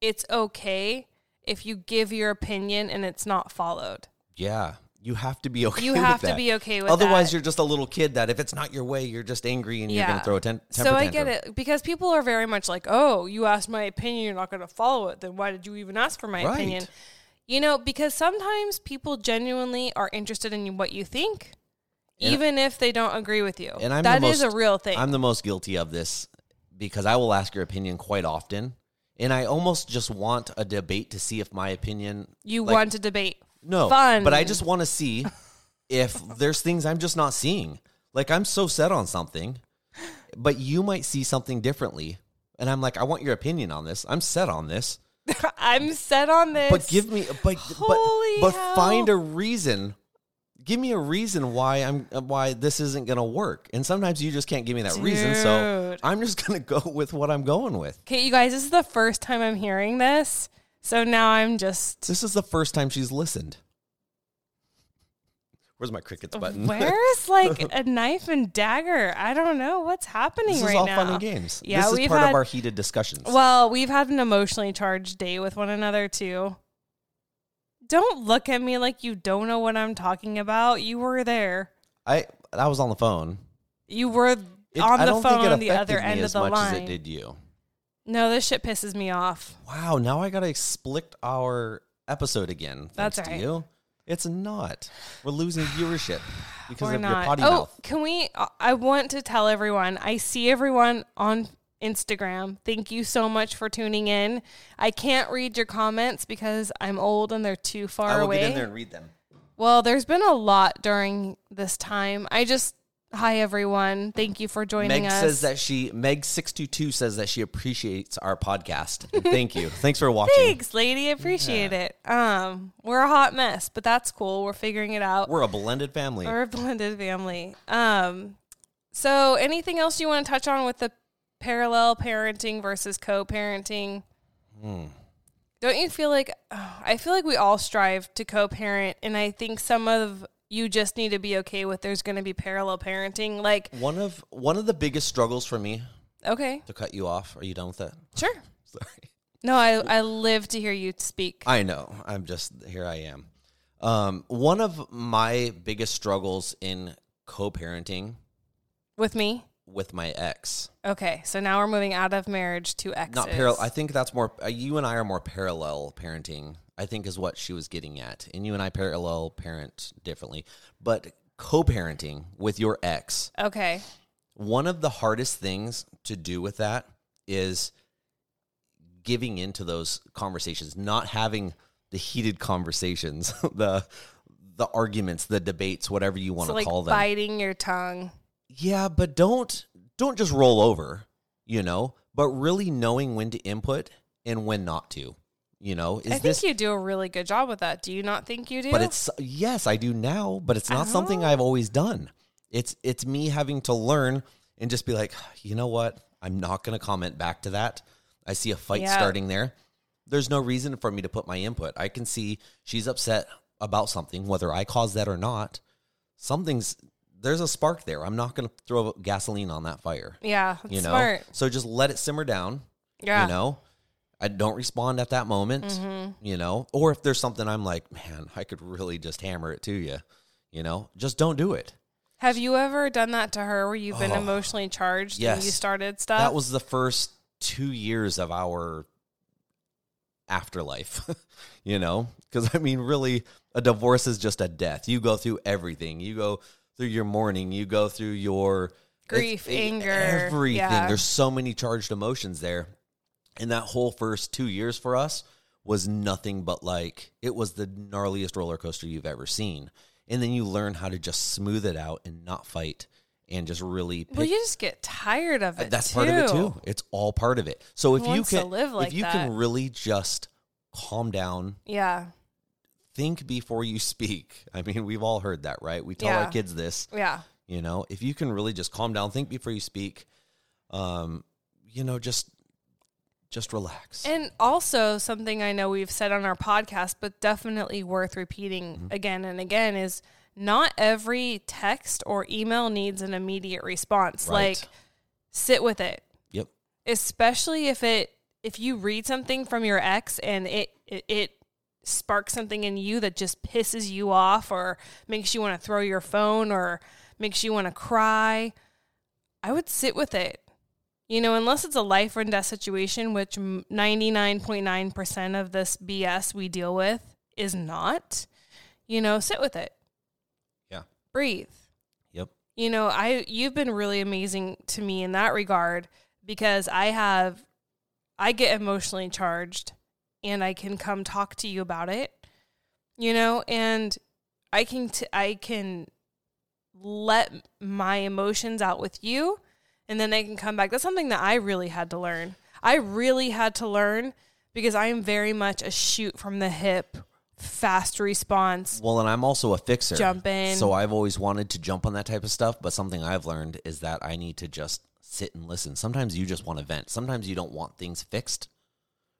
[SPEAKER 1] it's okay if you give your opinion and it's not followed.
[SPEAKER 2] Yeah, you have to be okay.
[SPEAKER 1] You
[SPEAKER 2] with
[SPEAKER 1] have to
[SPEAKER 2] that.
[SPEAKER 1] be okay with
[SPEAKER 2] Otherwise,
[SPEAKER 1] that.
[SPEAKER 2] you're just a little kid. That if it's not your way, you're just angry and you're going
[SPEAKER 1] Yeah.
[SPEAKER 2] to throw a ten- temper
[SPEAKER 1] So I get
[SPEAKER 2] tantrum.
[SPEAKER 1] it because people are very much like, "Oh, you asked my opinion, you're not going to follow it. Then why did you even ask for my
[SPEAKER 2] Right.
[SPEAKER 1] opinion?" You know, because sometimes people genuinely are interested in what you think,
[SPEAKER 2] And-
[SPEAKER 1] even if they don't agree with you.
[SPEAKER 2] And I'm
[SPEAKER 1] That
[SPEAKER 2] the
[SPEAKER 1] is
[SPEAKER 2] most-
[SPEAKER 1] a real thing.
[SPEAKER 2] I'm the most guilty of this because I will ask your opinion quite often, and I almost just want a debate to see if my opinion
[SPEAKER 1] you
[SPEAKER 2] like-
[SPEAKER 1] want to debate? (laughs)
[SPEAKER 2] No,
[SPEAKER 1] Fun.
[SPEAKER 2] But I just want to see if there's things I'm just not seeing. Like I'm so set on something, but you might see something differently, and I'm like, I want your opinion on this. I'm set on this,
[SPEAKER 1] I'm set on this.
[SPEAKER 2] but give me, but
[SPEAKER 1] Holy
[SPEAKER 2] but,
[SPEAKER 1] hell.
[SPEAKER 2] but find a reason. Give me a reason why I'm why this isn't gonna work. And sometimes you just can't give me that reason, so
[SPEAKER 1] Dude.
[SPEAKER 2] I'm just (laughs) gonna go with what I'm going with.
[SPEAKER 1] Okay, you guys, this is the first time I'm hearing this, so now I'm just.
[SPEAKER 2] This is the first time she's listened. Where's my crickets button? (laughs)
[SPEAKER 1] Where's like a knife and dagger? I don't know what's happening
[SPEAKER 2] This
[SPEAKER 1] right
[SPEAKER 2] is all
[SPEAKER 1] now.
[SPEAKER 2] fun and games.
[SPEAKER 1] Yeah,
[SPEAKER 2] this is
[SPEAKER 1] we've
[SPEAKER 2] part
[SPEAKER 1] had-
[SPEAKER 2] of our heated discussions.
[SPEAKER 1] (laughs) Well, we've had an emotionally charged day with one another too. Don't look at me like you don't know what I'm talking about. You were there.
[SPEAKER 2] I I was on the phone.
[SPEAKER 1] You were
[SPEAKER 2] It-
[SPEAKER 1] on
[SPEAKER 2] I
[SPEAKER 1] the
[SPEAKER 2] don't think it
[SPEAKER 1] phone, the
[SPEAKER 2] affected
[SPEAKER 1] other
[SPEAKER 2] me
[SPEAKER 1] end of
[SPEAKER 2] as
[SPEAKER 1] the
[SPEAKER 2] much
[SPEAKER 1] line.
[SPEAKER 2] As it did you.
[SPEAKER 1] No, this shit pisses me off.
[SPEAKER 2] Wow. Now I gotta explicit our episode again. Thanks
[SPEAKER 1] That's all
[SPEAKER 2] to
[SPEAKER 1] right.
[SPEAKER 2] you. It's not.
[SPEAKER 1] (sighs)
[SPEAKER 2] We're losing viewership because
[SPEAKER 1] Or
[SPEAKER 2] of your
[SPEAKER 1] not.
[SPEAKER 2] potty
[SPEAKER 1] oh,
[SPEAKER 2] mouth.
[SPEAKER 1] can we? I- I want to tell everyone. I see everyone on Instagram. Thank you so much for tuning in. I can't read your comments because I'm old and they're too far
[SPEAKER 2] I will
[SPEAKER 1] away.
[SPEAKER 2] get in there and read them.
[SPEAKER 1] Well, there's been a lot during this time. I just hi everyone. Thank you for joining
[SPEAKER 2] Meg
[SPEAKER 1] us.
[SPEAKER 2] says that she Meg six two two says that she appreciates our podcast.
[SPEAKER 1] (laughs)
[SPEAKER 2] And thank you. Thanks for watching.
[SPEAKER 1] Thanks, lady. I Appreciate it. Um, we're a hot mess, but that's cool. We're figuring it out. We're,
[SPEAKER 2] We're a blended family.
[SPEAKER 1] a blended family. Um, so anything else you want to touch on with the parallel parenting versus co-parenting?
[SPEAKER 2] Hmm.
[SPEAKER 1] Don't you feel like oh, I feel like we all strive to co-parent, and I think some of you just need to be okay with there's going to be parallel parenting. Like,
[SPEAKER 2] One of one of the biggest struggles for me
[SPEAKER 1] okay,
[SPEAKER 2] to cut you off. Are you done with that? (laughs)
[SPEAKER 1] sure.
[SPEAKER 2] Sorry.
[SPEAKER 1] No, I, I live to hear you speak.
[SPEAKER 2] I know. I'm just here. I am. Um, one of my biggest struggles in co-parenting
[SPEAKER 1] With me?
[SPEAKER 2] with my ex.
[SPEAKER 1] Okay, so now we're moving out of marriage to exes.
[SPEAKER 2] Not parallel. I think that's more. Uh, you and I are more parallel parenting. I think is what she was getting at, and you and I parallel parent differently. But co-parenting with your ex,
[SPEAKER 1] okay,
[SPEAKER 2] one of the hardest things to do with that is giving into those conversations, not having the heated conversations, (laughs) the the arguments, the debates, whatever you want
[SPEAKER 1] so
[SPEAKER 2] to
[SPEAKER 1] like
[SPEAKER 2] call them.
[SPEAKER 1] biting your tongue.
[SPEAKER 2] Yeah, but don't don't just roll over, you know, but really knowing when to input and when not to. You know, is
[SPEAKER 1] I think
[SPEAKER 2] this
[SPEAKER 1] you do a really good job with that. Do you not think you do?
[SPEAKER 2] but it's yes, I do now, but it's not something
[SPEAKER 1] Oh.
[SPEAKER 2] I've always done. It's it's me having to learn and just be like, you know what? I'm not going to comment back to that. I see a fight
[SPEAKER 1] Yeah.
[SPEAKER 2] starting there. There's no reason for me to put my input. I can see she's upset about something, whether I caused that or not. Something's there's a spark there. I'm not going to throw gasoline on that fire.
[SPEAKER 1] yeah, that's
[SPEAKER 2] You know,
[SPEAKER 1] smart.
[SPEAKER 2] so just let it simmer down
[SPEAKER 1] Yeah, Mm-hmm.
[SPEAKER 2] you know i don't respond at that moment you know or if there's something i'm like man i could really just hammer it to you you know just don't do it
[SPEAKER 1] have you ever done that to her where you've been
[SPEAKER 2] Oh.
[SPEAKER 1] emotionally charged and you
[SPEAKER 2] Yes.
[SPEAKER 1] started stuff?
[SPEAKER 2] that was the first two years of our afterlife (laughs) you know because i mean really a divorce is just a death you go through everything you go through your mourning you go through your
[SPEAKER 1] Grief,
[SPEAKER 2] it's- it-
[SPEAKER 1] anger,
[SPEAKER 2] everything
[SPEAKER 1] yeah.
[SPEAKER 2] there's so many charged emotions there and that whole first two years for us was nothing but like it was the gnarliest roller coaster you've ever seen and then you learn how to just smooth it out and not fight and just really pick
[SPEAKER 1] well, you just get tired of it.
[SPEAKER 2] Uh, that's part of it
[SPEAKER 1] too.
[SPEAKER 2] too. It's all part of it. So if
[SPEAKER 1] Who
[SPEAKER 2] you
[SPEAKER 1] wants to
[SPEAKER 2] can
[SPEAKER 1] live like
[SPEAKER 2] if you
[SPEAKER 1] that?
[SPEAKER 2] can really just calm down,
[SPEAKER 1] Yeah,
[SPEAKER 2] think before you (laughs) speak. I mean, we've all heard that, right? We tell
[SPEAKER 1] Yeah.
[SPEAKER 2] our kids this,
[SPEAKER 1] yeah.
[SPEAKER 2] you know, if you can really just calm down, think before you speak, um, you know, just just relax.
[SPEAKER 1] And also, something I know we've said on our podcast, but definitely worth repeating
[SPEAKER 2] Mm-hmm.
[SPEAKER 1] again and again, is not every text or email needs an immediate response.
[SPEAKER 2] Right.
[SPEAKER 1] Like, sit with it,
[SPEAKER 2] yep.
[SPEAKER 1] especially if it if you read something from your ex and it it, it sparks something in you that just pisses you off or makes you want to throw your phone or makes you want to cry. I would sit with it. You know, unless it's a life or death situation, which m- 99.9% of this BS we deal with is not, you know, sit with it.
[SPEAKER 2] Yeah.
[SPEAKER 1] Breathe.
[SPEAKER 2] Yep.
[SPEAKER 1] You know, I you've been really amazing to me in that regard because I have I get emotionally charged and I can come talk to you about it. You know, and I can t- I can let my emotions out with you and then I can come back. That's something that I really had to learn. I really had to learn because I am very much a shoot from the hip, fast response.
[SPEAKER 2] Well, and I'm also a fixer.
[SPEAKER 1] Jump in.
[SPEAKER 2] So I've always wanted to jump on that type of stuff, but something I've learned is that I need to just sit and listen. Sometimes you just want to vent. Sometimes you don't want things fixed.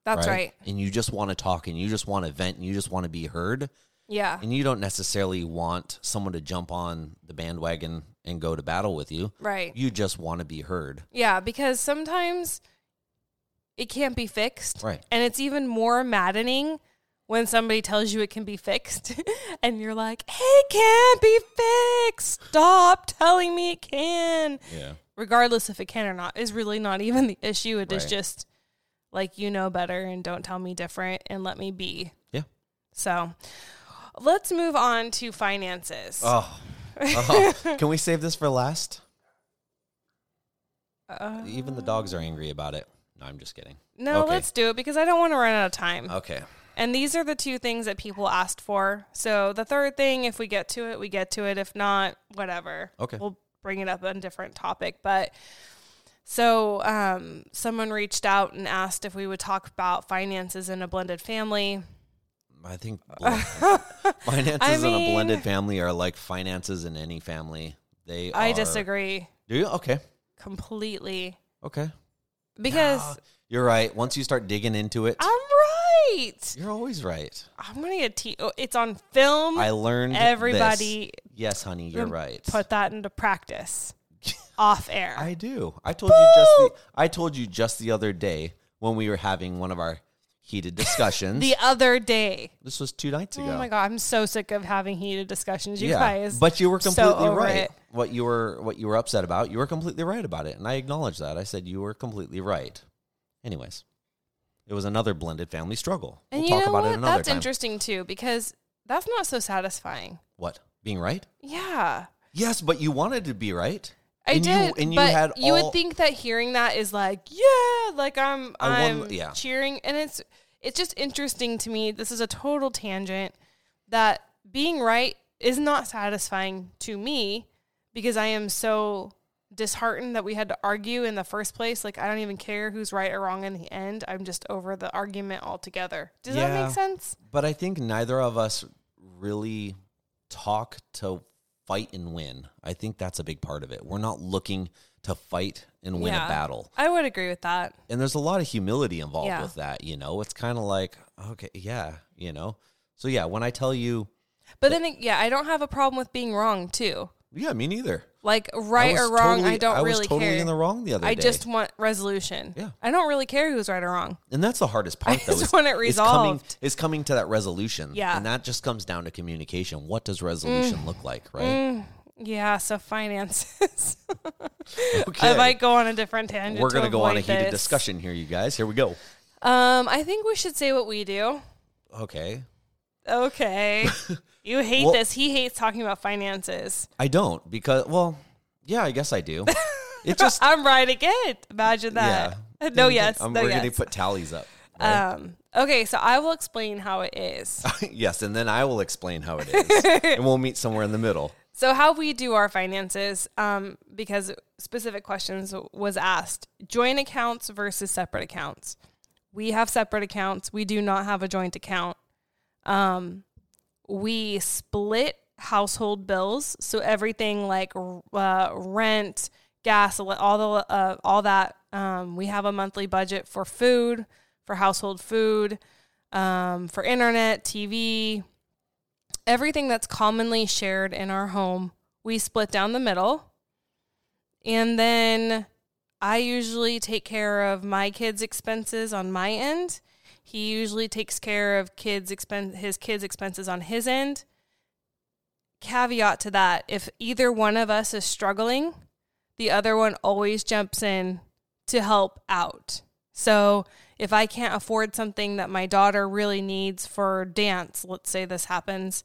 [SPEAKER 1] That's right.
[SPEAKER 2] And you just want to talk and you just want to vent and you just want to be heard.
[SPEAKER 1] Yeah.
[SPEAKER 2] And you don't necessarily want someone to jump on the bandwagon and go to battle with you.
[SPEAKER 1] Right.
[SPEAKER 2] You just want to be heard.
[SPEAKER 1] Yeah, because sometimes it can't be fixed.
[SPEAKER 2] Right.
[SPEAKER 1] And it's even more maddening when somebody tells you it can be fixed (laughs) and you're like, it can't be fixed. Stop telling me it can.
[SPEAKER 2] Yeah.
[SPEAKER 1] Regardless if it can or not, is really not even the issue. It is
[SPEAKER 2] Right.
[SPEAKER 1] just like, you know better and don't tell me different and let me be.
[SPEAKER 2] Yeah.
[SPEAKER 1] So let's move on to finances.
[SPEAKER 2] (laughs)
[SPEAKER 1] (laughs)
[SPEAKER 2] Oh. Oh. Can we save this for last?
[SPEAKER 1] Uh,
[SPEAKER 2] Even the dogs are angry about it. No, I'm just kidding.
[SPEAKER 1] no,
[SPEAKER 2] okay.
[SPEAKER 1] let's do it because I don't want to run out of time.
[SPEAKER 2] Okay.
[SPEAKER 1] And these are the two things that people asked for. So the third thing, if we get to it, we get to it. If not, whatever.
[SPEAKER 2] Okay.
[SPEAKER 1] We'll bring it up on a different topic. But so um, someone reached out and asked if we would talk about finances in a blended family.
[SPEAKER 2] I think
[SPEAKER 1] (laughs)
[SPEAKER 2] bl- finances
[SPEAKER 1] I
[SPEAKER 2] in a
[SPEAKER 1] mean-
[SPEAKER 2] blended family are like finances in any family. They
[SPEAKER 1] I
[SPEAKER 2] are-
[SPEAKER 1] disagree
[SPEAKER 2] Do you? Okay.
[SPEAKER 1] completely
[SPEAKER 2] Okay.
[SPEAKER 1] because
[SPEAKER 2] Ah, you're right. Once you start digging into it,
[SPEAKER 1] I'm right.
[SPEAKER 2] you're always right.
[SPEAKER 1] I'm gonna get te- oh, it's on film.
[SPEAKER 2] I learned this.
[SPEAKER 1] Everybody-
[SPEAKER 2] Yes, honey, you're right.
[SPEAKER 1] Put that into
[SPEAKER 2] (laughs)
[SPEAKER 1] practice off air.
[SPEAKER 2] I do. I told you just the, I told you just the other day when we were having one of our
[SPEAKER 1] (laughs)
[SPEAKER 2] heated discussions.
[SPEAKER 1] the other day.
[SPEAKER 2] this was two nights ago.
[SPEAKER 1] Oh my god, I'm so sick of having heated discussions, you
[SPEAKER 2] yeah.
[SPEAKER 1] guys.
[SPEAKER 2] But you were
[SPEAKER 1] So
[SPEAKER 2] completely
[SPEAKER 1] over
[SPEAKER 2] right.
[SPEAKER 1] it.
[SPEAKER 2] What you were what you were upset about, you were completely right about it. And I acknowledge that. I said you were completely right. Anyways. It was another blended family struggle.
[SPEAKER 1] and
[SPEAKER 2] we'll
[SPEAKER 1] you
[SPEAKER 2] talk
[SPEAKER 1] know
[SPEAKER 2] about
[SPEAKER 1] what?
[SPEAKER 2] it another
[SPEAKER 1] That's
[SPEAKER 2] time.
[SPEAKER 1] interesting too, because that's not so satisfying.
[SPEAKER 2] what? Being right?
[SPEAKER 1] Yeah.
[SPEAKER 2] Yes, but you wanted to be right.
[SPEAKER 1] I
[SPEAKER 2] and
[SPEAKER 1] did,
[SPEAKER 2] You, and
[SPEAKER 1] but
[SPEAKER 2] you had
[SPEAKER 1] you
[SPEAKER 2] all-
[SPEAKER 1] would think that hearing that is like, yeah, like I'm,
[SPEAKER 2] I
[SPEAKER 1] I'm
[SPEAKER 2] won- yeah.
[SPEAKER 1] cheering, and it's, it's just interesting to me. This is a total tangent that being right is not satisfying to me because I am so disheartened that we had to argue in the first place. Like I don't even care who's right or wrong in the end. I'm just over the argument altogether. Does that
[SPEAKER 2] Yeah.
[SPEAKER 1] make sense?
[SPEAKER 2] But I think neither of us really talk to fight and win. I think that's a big part of it. We're not looking to fight and win
[SPEAKER 1] Yeah.
[SPEAKER 2] a battle.
[SPEAKER 1] I would agree with that.
[SPEAKER 2] And there's a lot of humility involved
[SPEAKER 1] Yeah.
[SPEAKER 2] with that, you know. It's kind of like, okay, yeah, you know. So yeah, when I tell you,
[SPEAKER 1] But then, yeah, I don't have a problem with being wrong too.
[SPEAKER 2] yeah, me neither.
[SPEAKER 1] Like
[SPEAKER 2] I
[SPEAKER 1] right
[SPEAKER 2] was
[SPEAKER 1] or wrong,
[SPEAKER 2] totally-
[SPEAKER 1] I don't
[SPEAKER 2] I
[SPEAKER 1] really
[SPEAKER 2] was totally
[SPEAKER 1] care.
[SPEAKER 2] in the wrong the other
[SPEAKER 1] I
[SPEAKER 2] day.
[SPEAKER 1] just want resolution.
[SPEAKER 2] Yeah.
[SPEAKER 1] I don't really care who's right or wrong.
[SPEAKER 2] and that's
[SPEAKER 1] (laughs)
[SPEAKER 2] the hardest part. though,
[SPEAKER 1] just
[SPEAKER 2] is,
[SPEAKER 1] want it
[SPEAKER 2] is coming,
[SPEAKER 1] resolved.
[SPEAKER 2] is coming to that resolution.
[SPEAKER 1] Yeah. Mm.
[SPEAKER 2] and that just comes down to communication. What does resolution look like, right?
[SPEAKER 1] Yeah, so finances. (laughs)
[SPEAKER 2] (laughs) Okay.
[SPEAKER 1] Mm. I might go on a different tangent.
[SPEAKER 2] We're
[SPEAKER 1] going to
[SPEAKER 2] gonna go on a
[SPEAKER 1] avoid
[SPEAKER 2] heated
[SPEAKER 1] this.
[SPEAKER 2] discussion here, you guys. Here we go.
[SPEAKER 1] Um, I think we should say what we do.
[SPEAKER 2] Okay. (laughs)
[SPEAKER 1] Okay. you hate
[SPEAKER 2] Well-
[SPEAKER 1] this. He hates talking about finances.
[SPEAKER 2] I don't because well, yeah, I guess
[SPEAKER 1] (laughs)
[SPEAKER 2] I do. It just
[SPEAKER 1] I'm right again. Imagine
[SPEAKER 2] yeah.
[SPEAKER 1] that. (laughs) No, yes.
[SPEAKER 2] I'm,
[SPEAKER 1] no,
[SPEAKER 2] we're
[SPEAKER 1] yes.
[SPEAKER 2] gonna put tallies up. (laughs) right?
[SPEAKER 1] um, okay, so I will explain how it is.
[SPEAKER 2] yes, and then I will explain how it is,
[SPEAKER 1] (laughs)
[SPEAKER 2] and we'll meet somewhere in the middle.
[SPEAKER 1] So how we do our finances, um, because specific questions was asked. Joint accounts versus separate accounts. We have separate accounts. We do not have a joint account. Um, we split household bills, so everything like uh, rent, gas, ele- all the uh, all that. Um, we have a monthly budget for food, for household food, um, for internet, TV, everything that's commonly shared in our home, we split down the middle. And then I usually take care of my kids' expenses on my end. He usually takes care of kids' expen- his kids' expenses on his end. Caveat to that, if either one of us is struggling, the other one always jumps in to help out. So if I can't afford something that my daughter really needs for dance, let's say this happens,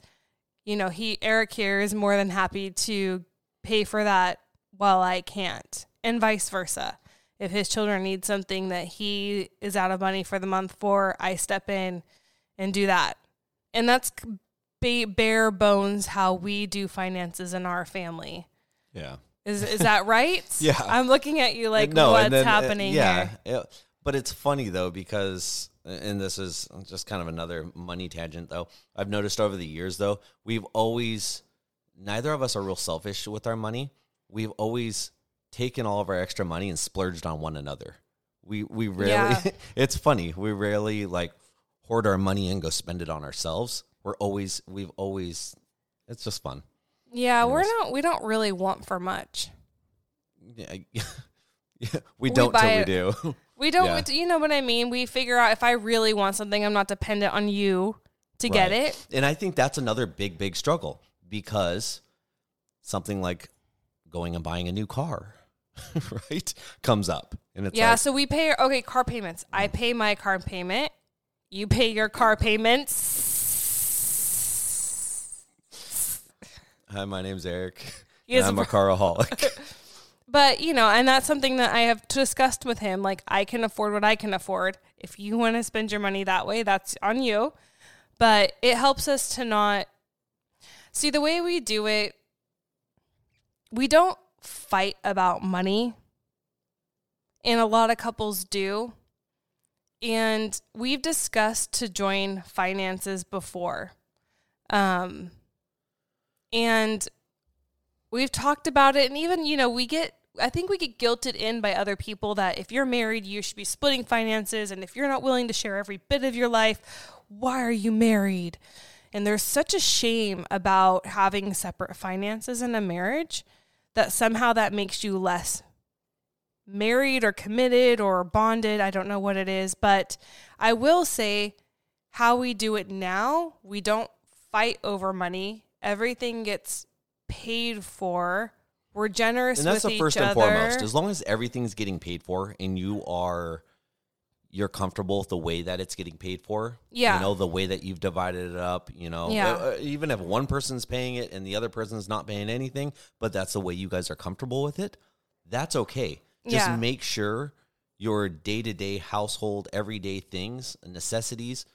[SPEAKER 1] you know, he Eric here is more than happy to pay for that while I can't, and vice versa. If his children need something that he is out of money for the month for, I step in and do that. And that's ba- bare bones how we do finances in our family.
[SPEAKER 2] Yeah.
[SPEAKER 1] Is is
[SPEAKER 2] (laughs)
[SPEAKER 1] that right?
[SPEAKER 2] Yeah.
[SPEAKER 1] I'm looking at you like
[SPEAKER 2] And no,
[SPEAKER 1] what's
[SPEAKER 2] and then, uh,
[SPEAKER 1] happening
[SPEAKER 2] yeah,
[SPEAKER 1] here.
[SPEAKER 2] yeah. but it's funny though because, and this is just kind of another money tangent though. I've noticed over the years though, we've always neither of us are real selfish with our money. We've always taken all of our extra money and splurged on one another. We we rarely. (laughs)
[SPEAKER 1] Yeah.
[SPEAKER 2] it's funny. We rarely like hoard our money and go spend it on ourselves. We're always we've always. It's just fun.
[SPEAKER 1] Yeah, we're not we don't really want for much.
[SPEAKER 2] (laughs) Yeah, yeah. We don't
[SPEAKER 1] buy
[SPEAKER 2] till we
[SPEAKER 1] it-
[SPEAKER 2] do. (laughs)
[SPEAKER 1] We don't
[SPEAKER 2] Yeah.
[SPEAKER 1] you know what I mean? We figure out if I really want something, I'm not dependent on you to get
[SPEAKER 2] Right.
[SPEAKER 1] it.
[SPEAKER 2] And I think that's another big, big struggle because something like going and buying a new car, (laughs) right, comes up. And it's
[SPEAKER 1] Yeah,
[SPEAKER 2] like,
[SPEAKER 1] so we pay okay, car payments. I pay my car payment. You pay your car payments.
[SPEAKER 2] hi, my name's Eric.
[SPEAKER 1] Yes,
[SPEAKER 2] and I'm a caraholic.
[SPEAKER 1] But, you know, and that's something that I have discussed with him. Like, I can afford what I can afford. If you want to spend your money that way, that's on you. But it helps us to not see the way we do it. We don't fight about money, and a lot of couples do. And we've discussed to join finances before. Um, and we've talked about it and even you know we get i think we get guilted in by other people that if you're married you should be splitting finances and if you're not willing to share every bit of your life why are you married and there's such a shame about having separate finances in a marriage that somehow that makes you less married or committed or bonded. I don't know what it is, but I will say how we do it now, we don't fight over money. Everything gets paid for. We're generous
[SPEAKER 2] and that's
[SPEAKER 1] with
[SPEAKER 2] the
[SPEAKER 1] each
[SPEAKER 2] first
[SPEAKER 1] other.
[SPEAKER 2] and foremost as long as everything's getting paid for and you are you're comfortable with the way that it's getting paid for
[SPEAKER 1] Yeah.
[SPEAKER 2] you know the way that you've divided it up you know
[SPEAKER 1] Yeah.
[SPEAKER 2] Uh, uh, even if one person's paying it and the other person's not paying anything but that's the way you guys are comfortable with it that's okay just
[SPEAKER 1] Yeah.
[SPEAKER 2] make sure your day-to-day household everyday things necessities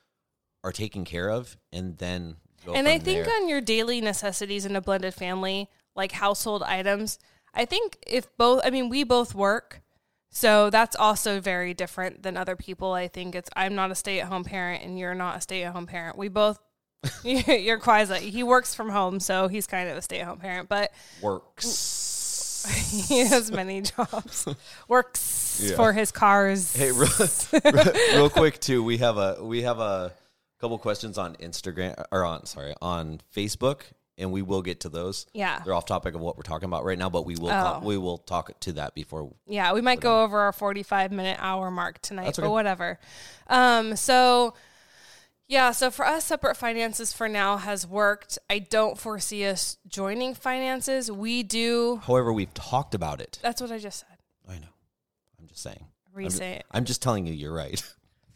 [SPEAKER 2] are taken care of and then go
[SPEAKER 1] and I
[SPEAKER 2] from
[SPEAKER 1] think
[SPEAKER 2] there.
[SPEAKER 1] on your daily necessities in a blended family, like household items, I think if both, I mean, we both work. So that's also very different than other people. I think it's, I'm not a stay at home parent and you're not a stay at home parent. We both, (laughs) you're quasi. He works from home, so he's kind of a stay at home parent, but (laughs)
[SPEAKER 2] works
[SPEAKER 1] he has many
[SPEAKER 2] (laughs)
[SPEAKER 1] jobs, works
[SPEAKER 2] Yeah.
[SPEAKER 1] for his cars.
[SPEAKER 2] Hey, real, (laughs) real- real quick too. We have a we have a couple questions on Instagram or on sorry on Facebook, and we will get to those.
[SPEAKER 1] Yeah.
[SPEAKER 2] they're off topic of what we're talking about right now, but we will
[SPEAKER 1] Oh.
[SPEAKER 2] we will talk to that before.
[SPEAKER 1] Yeah, we might go over our 45 minute hour mark tonight,
[SPEAKER 2] That's
[SPEAKER 1] but
[SPEAKER 2] okay.
[SPEAKER 1] whatever. Um, so, yeah, so for us, separate finances for now has worked. I don't foresee us joining finances. We do.
[SPEAKER 2] However, we've talked about it.
[SPEAKER 1] That's what I just said.
[SPEAKER 2] I know. I'm just saying. I'm just,
[SPEAKER 1] Re-say it.
[SPEAKER 2] I'm just telling you, you're right.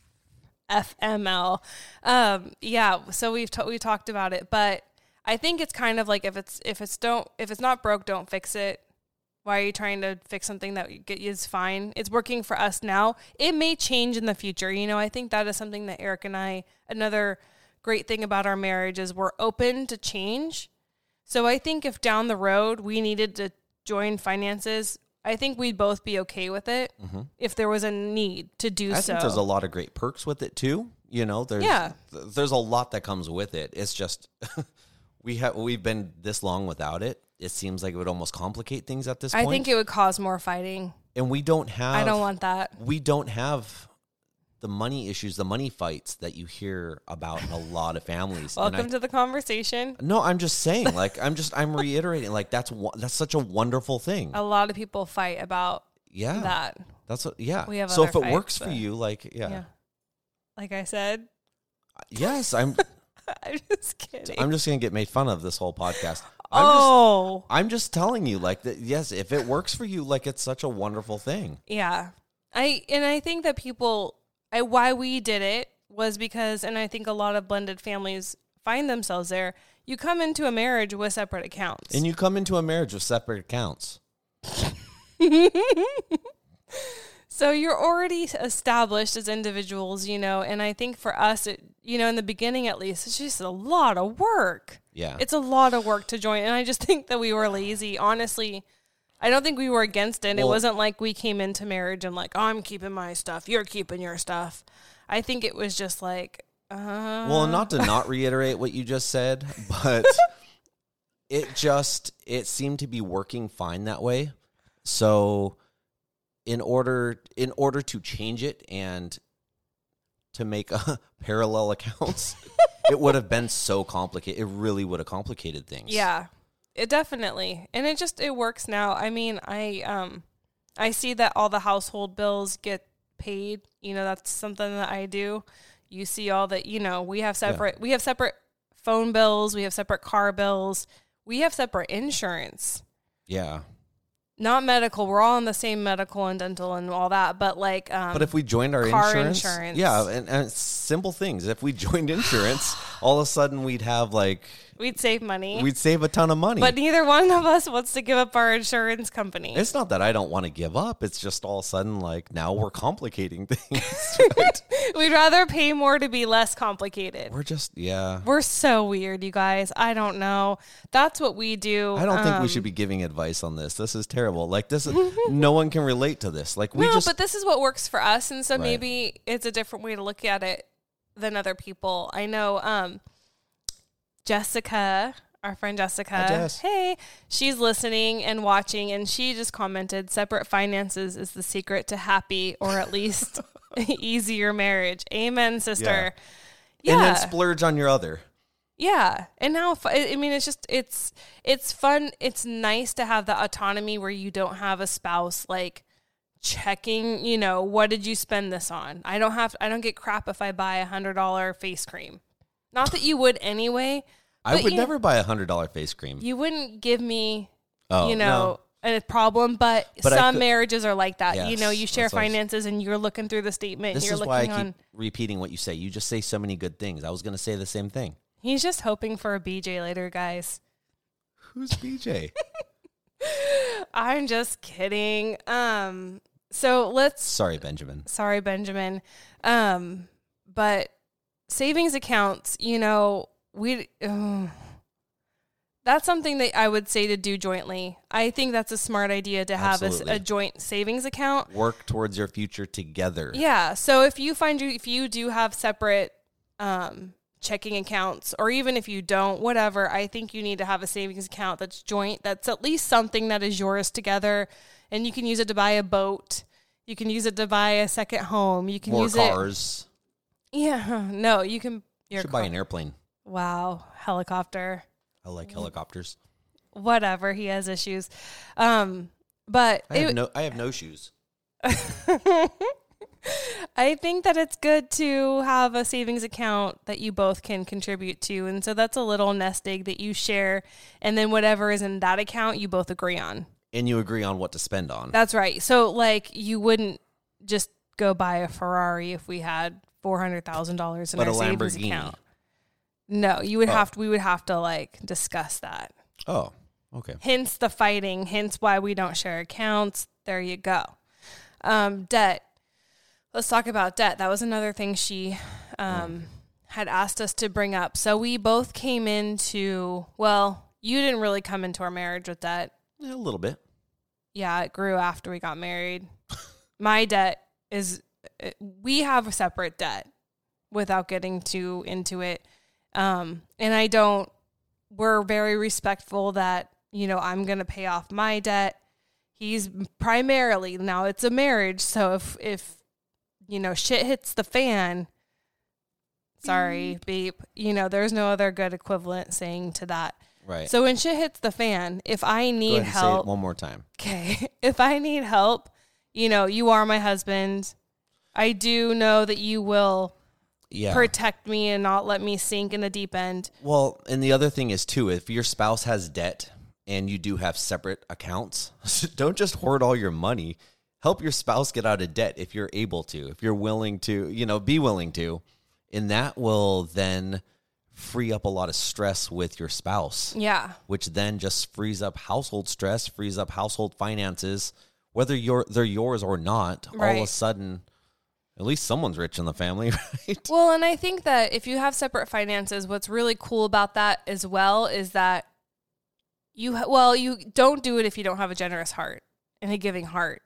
[SPEAKER 2] (laughs)
[SPEAKER 1] FML. Um, yeah, so we've t- we talked about it, but I think it's kind of like if it's if it's don't if it's not broke, don't fix it. Why are you trying to fix something that you get is fine? It's working for us now. It may change in the future. You know, I think that is something that Eric and I. Another great thing about our marriage is we're open to change. So I think if down the road we needed to join finances, I think we'd both be okay with it if there was a need to do
[SPEAKER 2] Mm-hmm. I
[SPEAKER 1] so.
[SPEAKER 2] think there's a lot of great perks with it too. You know, there's
[SPEAKER 1] Yeah.
[SPEAKER 2] th- there's a lot that comes with it. It's just (laughs) we have we've been this long without it. It seems like it would almost complicate things at this
[SPEAKER 1] I
[SPEAKER 2] point.
[SPEAKER 1] think it would cause more fighting.
[SPEAKER 2] and we don't have
[SPEAKER 1] I don't want that.
[SPEAKER 2] we don't have the money issues, the money fights that you hear about in a lot of families. And I-
[SPEAKER 1] Welcome to the conversation.
[SPEAKER 2] no, I'm just saying, like I'm just I'm reiterating, like that's wo- that's such a wonderful thing.
[SPEAKER 1] A lot of people fight about
[SPEAKER 2] yeah,
[SPEAKER 1] Oh, that.
[SPEAKER 2] that's what, yeah.
[SPEAKER 1] We have
[SPEAKER 2] so
[SPEAKER 1] other
[SPEAKER 2] if it
[SPEAKER 1] fights,
[SPEAKER 2] works for
[SPEAKER 1] but-
[SPEAKER 2] you, like yeah,
[SPEAKER 1] Yeah. Like I said, (laughs)
[SPEAKER 2] yes, I'm
[SPEAKER 1] I'm just kidding.
[SPEAKER 2] I'm just gonna get made fun of this whole podcast. I'm just
[SPEAKER 1] oh,
[SPEAKER 2] I'm just telling you, like that. Yes, if it works for you, like it's such a wonderful thing.
[SPEAKER 1] yeah. I and I think that people, I why we did it was because, and I think a lot of blended families find themselves there. You come into a marriage with separate accounts.
[SPEAKER 2] And you come into a marriage with separate accounts.
[SPEAKER 1] So you're already established as individuals, you know, and I think for us, it, you know, in the beginning at least, it's just a lot of work.
[SPEAKER 2] Yeah.
[SPEAKER 1] It's a lot of work to join. And I just (laughs) think that we were lazy. Honestly, I don't think we were against it. it
[SPEAKER 2] Well-
[SPEAKER 1] wasn't like we came into marriage and like, oh, I'm keeping my stuff, you're keeping your stuff. I think it was just like, uh,
[SPEAKER 2] Well, not to not reiterate what you
[SPEAKER 1] (laughs)
[SPEAKER 2] just said, but it just it seemed to be working fine that way. So in order in order to change it and to make uh (laughs)
[SPEAKER 1] (laughs)
[SPEAKER 2] parallel accounts, it would have been so complicated. It really would have complicated things.
[SPEAKER 1] Yeah. It definitely. And it just it works now. I mean, I um I see that all the household bills get paid. You know, that's something that I do. You see all that, you know, we have separate we have separate phone bills, we have separate car bills, we have separate insurance.
[SPEAKER 2] Yeah.
[SPEAKER 1] Not medical. We're all on the same medical and dental and all that, but like um
[SPEAKER 2] But if we joined our
[SPEAKER 1] Car
[SPEAKER 2] insurance,
[SPEAKER 1] insurance.
[SPEAKER 2] yeah, and, and it's simple things. If we
[SPEAKER 1] (sighs)
[SPEAKER 2] joined insurance, all of a sudden we'd have like
[SPEAKER 1] we'd save money.
[SPEAKER 2] we'd save a ton of money.
[SPEAKER 1] but neither one of us wants to give up our insurance company.
[SPEAKER 2] It's not that I don't want to give up. It's just all of a sudden, like, now we're
[SPEAKER 1] (laughs)
[SPEAKER 2] complicating (laughs) things. right?
[SPEAKER 1] We'd rather pay more to be less complicated.
[SPEAKER 2] We're just, yeah.
[SPEAKER 1] We're so weird, you guys. I don't know. That's what we do. Um,
[SPEAKER 2] I don't think we should be giving advice on this. This is terrible. Like, this is,
[SPEAKER 1] (laughs)
[SPEAKER 2] no one can relate to this. Like, we
[SPEAKER 1] no,
[SPEAKER 2] just,
[SPEAKER 1] but this is what works for us, and so
[SPEAKER 2] Right.
[SPEAKER 1] maybe it's a different way to look at it than other people. I know um, Jessica, our friend Jessica.
[SPEAKER 2] Jess.
[SPEAKER 1] Hey, she's listening and watching, and she just commented: "Separate finances is the secret to happy, or at
[SPEAKER 2] (laughs)
[SPEAKER 1] least (laughs) easier marriage." Amen, sister. Yeah.
[SPEAKER 2] and then splurge on your other.
[SPEAKER 1] Yeah, and how fu- I I mean, it's just it's it's fun. It's nice to have the autonomy where you don't have a spouse like checking, you know, what did you spend this on? I don't have I don't get crap if I buy a hundred dollar face cream. Not that you would anyway.
[SPEAKER 2] I
[SPEAKER 1] but
[SPEAKER 2] would
[SPEAKER 1] you-
[SPEAKER 2] never buy a hundred dollar face cream.
[SPEAKER 1] You wouldn't give me
[SPEAKER 2] oh,
[SPEAKER 1] you
[SPEAKER 2] no.
[SPEAKER 1] know, a problem, but,
[SPEAKER 2] But I
[SPEAKER 1] some
[SPEAKER 2] could-
[SPEAKER 1] marriages are like that. you know,
[SPEAKER 2] Yes,
[SPEAKER 1] you share
[SPEAKER 2] that's what I was-
[SPEAKER 1] finances and you're looking through the statement
[SPEAKER 2] This
[SPEAKER 1] and you're
[SPEAKER 2] is why I
[SPEAKER 1] looking
[SPEAKER 2] keep
[SPEAKER 1] on
[SPEAKER 2] repeating what you say. You just say so many good things. I was going to say the same thing.
[SPEAKER 1] He's just hoping for a BJ later, guys. (laughs)
[SPEAKER 2] Who's BJ?
[SPEAKER 1] I'm just kidding. Um so let's
[SPEAKER 2] Sorry, Benjamin.
[SPEAKER 1] sorry benjamin um but savings accounts you know we ugh. that's something that i would say to do jointly i think that's a smart idea to have a, s-
[SPEAKER 2] Absolutely.
[SPEAKER 1] a joint savings account
[SPEAKER 2] Work towards your future together.
[SPEAKER 1] yeah so if you find you if you do have separate um checking accounts or even if you don't whatever i think you need to have a savings account that's joint that's at least something that is yours together and you can use it to buy a boat you can use it to buy a second home you can
[SPEAKER 2] More
[SPEAKER 1] use it
[SPEAKER 2] cars.
[SPEAKER 1] (laughs) Yeah, no, you can. Your
[SPEAKER 2] Should
[SPEAKER 1] car-
[SPEAKER 2] buy an airplane.
[SPEAKER 1] wow, helicopter,
[SPEAKER 2] I like
[SPEAKER 1] Mm-hmm.
[SPEAKER 2] helicopters.
[SPEAKER 1] whatever. He has issues, um, but
[SPEAKER 2] I
[SPEAKER 1] it-
[SPEAKER 2] have no. I have no shoes.
[SPEAKER 1] I think that it's good to have a savings account that you both can contribute to, and so that's a little nest egg that you share, and then whatever is in that account, you both agree on.
[SPEAKER 2] And you agree on what to spend on.
[SPEAKER 1] That's right. So, like, you wouldn't just go buy a Ferrari if we had four hundred thousand dollars in
[SPEAKER 2] But
[SPEAKER 1] our
[SPEAKER 2] a
[SPEAKER 1] savings
[SPEAKER 2] Lamborghini.
[SPEAKER 1] account. No, you would
[SPEAKER 2] Oh.
[SPEAKER 1] have to. We would have to like discuss that.
[SPEAKER 2] oh, okay.
[SPEAKER 1] hence the fighting, hence why we don't share accounts. There you go. Um, debt. Let's talk about debt. That was another thing she um, had asked us to bring up. So we both came into, well, you didn't really come into our marriage with debt.
[SPEAKER 2] Yeah, a little bit.
[SPEAKER 1] Yeah, it grew after we got married. (laughs) My debt is, it- we have a separate debt without getting too into it. Um, and I don't, we're very respectful that, you know, I'm going to pay off my debt. He's primarily, now it's a marriage. So if, if, you know, shit hits the fan, sorry, beep, you know, there's no other good equivalent saying to that.
[SPEAKER 2] Right.
[SPEAKER 1] So when shit hits the fan, if I
[SPEAKER 2] Go
[SPEAKER 1] need
[SPEAKER 2] ahead and say
[SPEAKER 1] help,
[SPEAKER 2] it one more time.
[SPEAKER 1] okay, (laughs) if I need help, you know, you are my husband. I do know that you will
[SPEAKER 2] Yeah.
[SPEAKER 1] protect me and not let me sink in the deep end.
[SPEAKER 2] Well, and the other thing is too, if your spouse has debt and you do have separate accounts, (laughs) don't just hoard all your money. Help your spouse get out of debt if you're able to, if you're willing to, you know, be willing to. And that will then free up a lot of stress with your spouse,
[SPEAKER 1] Yeah.
[SPEAKER 2] which then just frees up household stress, frees up household finances, whether you're they're yours or not, all of a
[SPEAKER 1] Right.
[SPEAKER 2] sudden at least someone's rich in the family, (laughs) right?
[SPEAKER 1] Well, and I think that if you have separate finances, what's really cool about that as well is that you, ha- well, you don't do it if you don't have a generous heart and a giving heart.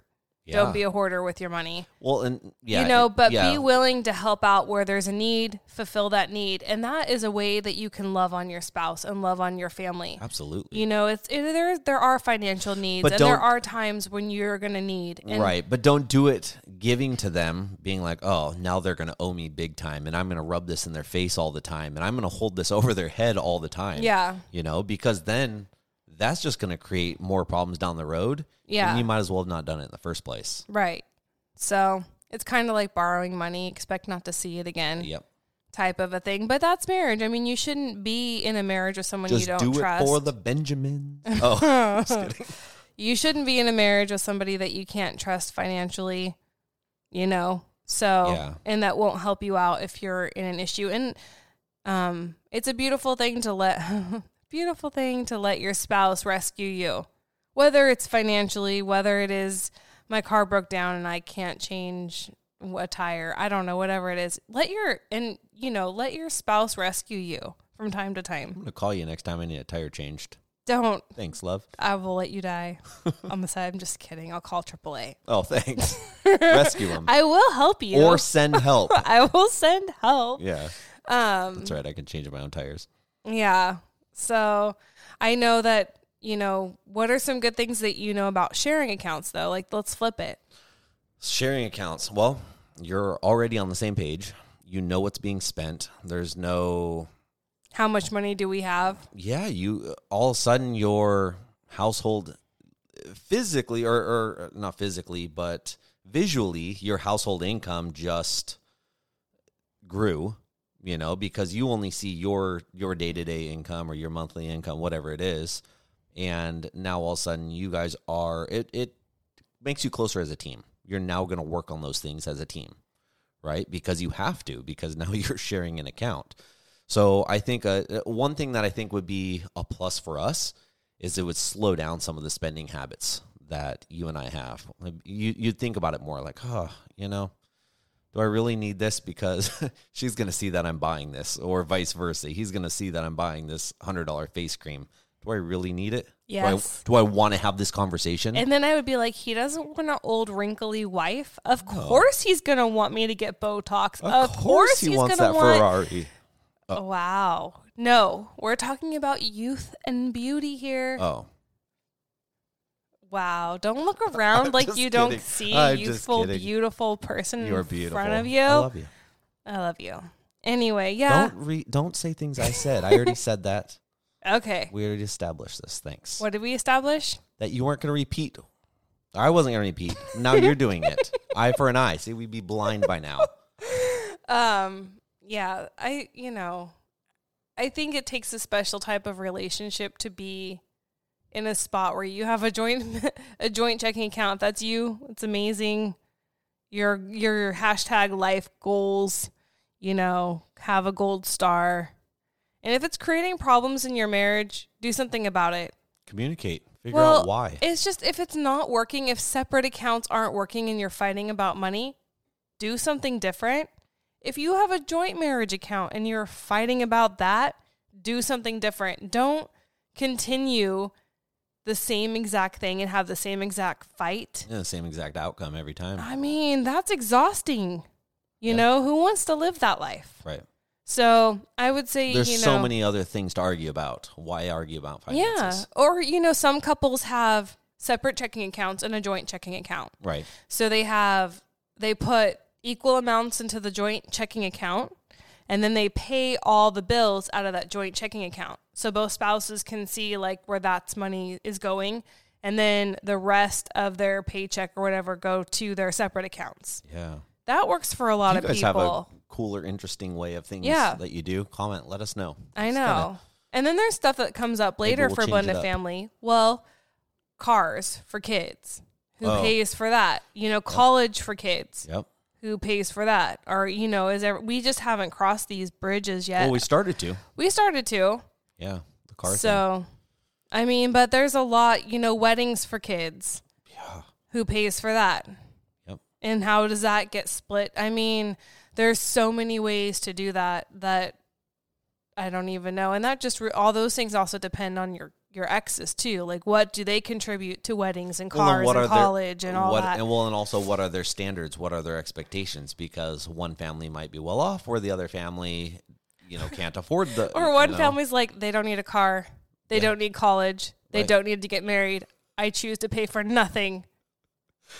[SPEAKER 1] Don't be a hoarder with your money.
[SPEAKER 2] well and yeah.
[SPEAKER 1] you know, but
[SPEAKER 2] yeah.
[SPEAKER 1] be willing to help out where there's a need, fulfill that need. And that is a way that you can love on your spouse and love on your family.
[SPEAKER 2] Absolutely.
[SPEAKER 1] You know, it's it, there. There are financial needs,
[SPEAKER 2] But
[SPEAKER 1] and there
[SPEAKER 2] don't-
[SPEAKER 1] are times when you're gonna need. And
[SPEAKER 2] right, but don't do it giving to them, being like, oh, now they're going to owe me big time, and I'm going to rub this in their face all the time, and I'm going to hold this over their head all the time.
[SPEAKER 1] Yeah.
[SPEAKER 2] you know, because then that's just going to create more problems down the road.
[SPEAKER 1] Yeah.
[SPEAKER 2] and you might as well have not done it in the first place.
[SPEAKER 1] Right. So it's kind of like borrowing money, expect not to see it again,
[SPEAKER 2] Yep,
[SPEAKER 1] type of a thing. But that's marriage. I mean, you shouldn't be in a marriage with someone
[SPEAKER 2] just
[SPEAKER 1] you don't
[SPEAKER 2] do it
[SPEAKER 1] trust.
[SPEAKER 2] for the
[SPEAKER 1] (laughs)
[SPEAKER 2] Benjamin. Oh, just kidding.
[SPEAKER 1] you shouldn't be in a marriage with somebody that you can't trust financially, you know. So
[SPEAKER 2] Yeah.
[SPEAKER 1] and that won't help you out if you're in an issue. And um it's a beautiful thing to let (laughs) beautiful thing to let your spouse rescue you. Whether it's financially, whether it is my car broke down and I can't change a tire, I don't know, whatever it is. Let your and you know, let your spouse rescue you from time to time.
[SPEAKER 2] I'm going to call you next time I need a tire changed.
[SPEAKER 1] Don't
[SPEAKER 2] Thanks, love.
[SPEAKER 1] I will let you die on the side. I'm just kidding. I'll call AAA. (laughs)
[SPEAKER 2] Oh, thanks. Rescue him
[SPEAKER 1] I will help you. (laughs)
[SPEAKER 2] or send help.
[SPEAKER 1] I will send help.
[SPEAKER 2] yeah,
[SPEAKER 1] Um,
[SPEAKER 2] that's right. I can change my own tires.
[SPEAKER 1] yeah. So I know that, you know, what are some good things that you know about sharing accounts though? Like let's flip it.
[SPEAKER 2] Sharing accounts. Well, you're already on the same page. You know what's being spent. There's no,
[SPEAKER 1] How much money do we have?
[SPEAKER 2] yeah, you uh, all of a sudden your household uh, physically, or, or not physically, but visually your household income just grew you know because you only see your your day-to-day income or your monthly income whatever it is and now all of a sudden you guys are it it makes you closer as a team you're now going to work on those things as a team right because you have to because (laughs) now you're sharing an account so i think uh, one thing that i think would be a plus for us is it would slow down some of the spending habits that you and I have. You you'd think about it more like, oh, you know, do I really need this? Because (laughs) she's gonna see that I'm buying this, or vice versa. He's gonna see that I'm buying this hundred dollar face cream. Do I really need it?
[SPEAKER 1] Yes.
[SPEAKER 2] Do I, do I want to have this conversation?
[SPEAKER 1] And then I would be like, he doesn't want an old wrinkly wife. Of course he's gonna want me to get Botox. Of, he's gonna want.
[SPEAKER 2] Ferrari.
[SPEAKER 1] Wow. No, we're talking about youth and beauty here.
[SPEAKER 2] Oh,
[SPEAKER 1] Wow. Don't
[SPEAKER 2] (laughs)
[SPEAKER 1] look around like
[SPEAKER 2] just
[SPEAKER 1] you don't
[SPEAKER 2] kidding.
[SPEAKER 1] see a
[SPEAKER 2] I'm just
[SPEAKER 1] youthful,
[SPEAKER 2] kidding.
[SPEAKER 1] beautiful person
[SPEAKER 2] you are
[SPEAKER 1] in
[SPEAKER 2] beautiful.
[SPEAKER 1] front of you.
[SPEAKER 2] I love you.
[SPEAKER 1] I love you. Anyway, yeah.
[SPEAKER 2] Don't re- don't say things I said. I already said that.
[SPEAKER 1] okay.
[SPEAKER 2] We already established this. Thanks.
[SPEAKER 1] What did we establish?
[SPEAKER 2] that you weren't going to repeat. I wasn't going to repeat.
[SPEAKER 1] (laughs)
[SPEAKER 2] Now you're doing it. eye for an eye. See, we'd be blind by now.
[SPEAKER 1] Um, yeah, I you know, I think it takes a special type of relationship to be in a spot where you have a joint (laughs) a joint checking account. That's you. It's amazing. Your your hashtag life goals, you know, have a gold star. And if it's creating problems in your marriage, do something about it.
[SPEAKER 2] Communicate. Figure
[SPEAKER 1] well,
[SPEAKER 2] out why.
[SPEAKER 1] It's just if it's not working, if separate accounts aren't working and you're fighting about money, do something different. If you have a joint marriage account and you're fighting about that, do something different. Don't continue the same exact thing and have the same exact fight.
[SPEAKER 2] Yeah, same exact outcome every time.
[SPEAKER 1] I mean, that's exhausting. You know, who wants to live that life?
[SPEAKER 2] Right.
[SPEAKER 1] So I would say,
[SPEAKER 2] There's
[SPEAKER 1] you know,
[SPEAKER 2] so many other things to argue about. Why argue about finances?
[SPEAKER 1] Yeah. Or, you know, some couples have separate checking accounts and a joint checking account.
[SPEAKER 2] Right.
[SPEAKER 1] So they have they put equal amounts into the joint checking account and then they pay all the bills out of that joint checking account. So both spouses can see like where that's money is going and then the rest of their paycheck or whatever go to their separate accounts.
[SPEAKER 2] Yeah.
[SPEAKER 1] That works for a lot
[SPEAKER 2] You
[SPEAKER 1] of
[SPEAKER 2] guys
[SPEAKER 1] people.
[SPEAKER 2] have a cooler, interesting way of things
[SPEAKER 1] Yeah.
[SPEAKER 2] that you do. Comment. Let us know.
[SPEAKER 1] I know. and then there's stuff that comes up later
[SPEAKER 2] we'll
[SPEAKER 1] for
[SPEAKER 2] change it
[SPEAKER 1] blended
[SPEAKER 2] up.
[SPEAKER 1] family. Well, cars for kids. Who
[SPEAKER 2] Oh.
[SPEAKER 1] pays for that? You know, college for kids.
[SPEAKER 2] Yep.
[SPEAKER 1] Who pays for that? Or you know, is there, we just haven't crossed these bridges yet?
[SPEAKER 2] Well,
[SPEAKER 1] we,
[SPEAKER 2] we started to.
[SPEAKER 1] started to.
[SPEAKER 2] Uh, Yeah. The car thing.
[SPEAKER 1] So, I mean, but there's a lot. You know, weddings for kids.
[SPEAKER 2] Yeah.
[SPEAKER 1] Who pays for that?
[SPEAKER 2] Yep.
[SPEAKER 1] and how does that get split i mean there's so many ways to do that that i don't even know and that just re- all those things also depend on your your exes too like what do they contribute to weddings and
[SPEAKER 2] Well,
[SPEAKER 1] cars and
[SPEAKER 2] their-
[SPEAKER 1] college and all
[SPEAKER 2] what,
[SPEAKER 1] that
[SPEAKER 2] And well, and also what are their standards? What are their expectations? Because one family might be well off, where the other family, you know, can't afford the.
[SPEAKER 1] (laughs) or
[SPEAKER 2] you
[SPEAKER 1] one
[SPEAKER 2] know.
[SPEAKER 1] family's like they don't need a car they don't need college they
[SPEAKER 2] Right.
[SPEAKER 1] don't need to get married i choose to pay for nothing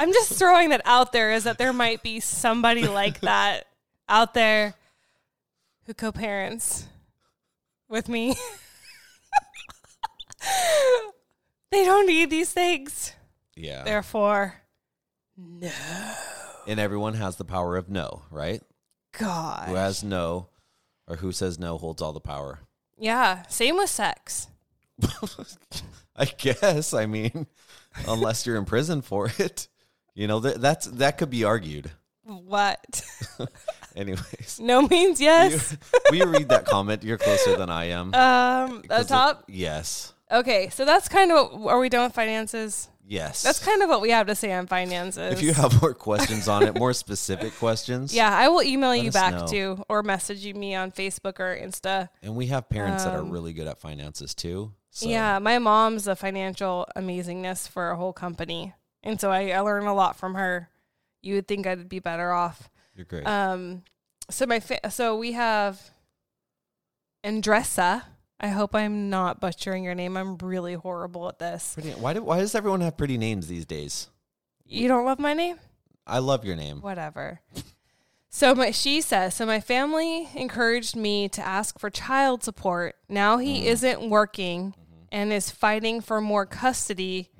[SPEAKER 1] i'm just throwing that out there is that there might be
[SPEAKER 2] (laughs)
[SPEAKER 1] somebody like that out there who co-parents with me (laughs) they don't need these things
[SPEAKER 2] Yeah,
[SPEAKER 1] therefore
[SPEAKER 2] and everyone has the power of no, right? Who
[SPEAKER 1] god
[SPEAKER 2] has no, or who says no holds all the power. (laughs)
[SPEAKER 1] yeah same with sex
[SPEAKER 2] I guess. I mean, (laughs) unless you're in prison for it, you know that that's that could be argued.
[SPEAKER 1] what (laughs)
[SPEAKER 2] Anyways,
[SPEAKER 1] no means
[SPEAKER 2] (laughs)
[SPEAKER 1] yes
[SPEAKER 2] we read that comment. You're closer than I am.
[SPEAKER 1] um the
[SPEAKER 2] 'Cause it-
[SPEAKER 1] top
[SPEAKER 2] yes.
[SPEAKER 1] Okay, so that's kind of what, are we done with finances?
[SPEAKER 2] Yes.
[SPEAKER 1] That's kind of what we have to say on finances.
[SPEAKER 2] If you have more questions on it,
[SPEAKER 1] (laughs)
[SPEAKER 2] more specific questions,
[SPEAKER 1] yeah, I will email you
[SPEAKER 2] us
[SPEAKER 1] back
[SPEAKER 2] know.
[SPEAKER 1] too, or message you me on Facebook or Insta.
[SPEAKER 2] And we have parents that are really good at finances too. So
[SPEAKER 1] Um, Yeah, my mom's a financial amazingness for a whole company, and so I, I learn a lot from her. You would think I'd be better off.
[SPEAKER 2] you're great.
[SPEAKER 1] Um, so my fa- so we have Andressa. I hope I'm not butchering your name. I'm really horrible at this.
[SPEAKER 2] pretty, why do, why does everyone have pretty names these days?
[SPEAKER 1] You don't love my name?
[SPEAKER 2] I love your name.
[SPEAKER 1] whatever. So my, she says, so my family encouraged me to ask for child support. Now
[SPEAKER 2] Mm.
[SPEAKER 1] he
[SPEAKER 2] Mm-hmm.
[SPEAKER 1] isn't working and is fighting for more custody.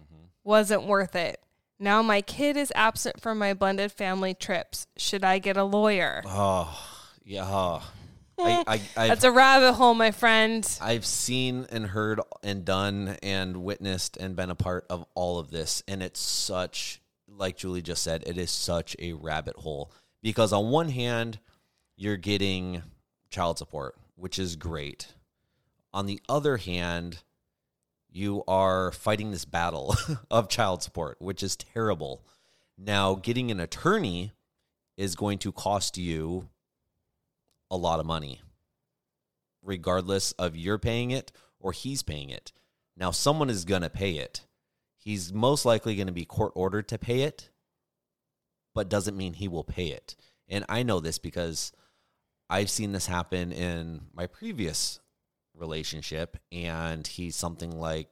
[SPEAKER 1] Wasn't worth it. Now my kid is absent from my blended family trips. Should I get a lawyer?
[SPEAKER 2] Oh, Yeah. I, I,
[SPEAKER 1] (laughs)
[SPEAKER 2] I've,
[SPEAKER 1] That's a rabbit hole, my friend.
[SPEAKER 2] I've seen and heard and done and witnessed and been a part of all of this. And it's such, like Julie just said, it is such a rabbit hole. Because on one hand, you're getting child support, which is great. On the other hand, you are fighting this battle (laughs) of child support, which is terrible. Now, getting an attorney is going to cost you a lot of money, regardless of you're paying it or he's paying it. Now, someone is going to pay it. He's most likely going to be court ordered to pay it, but doesn't mean he will pay it. And I know this because I've seen this happen in my previous relationship, and he's something like,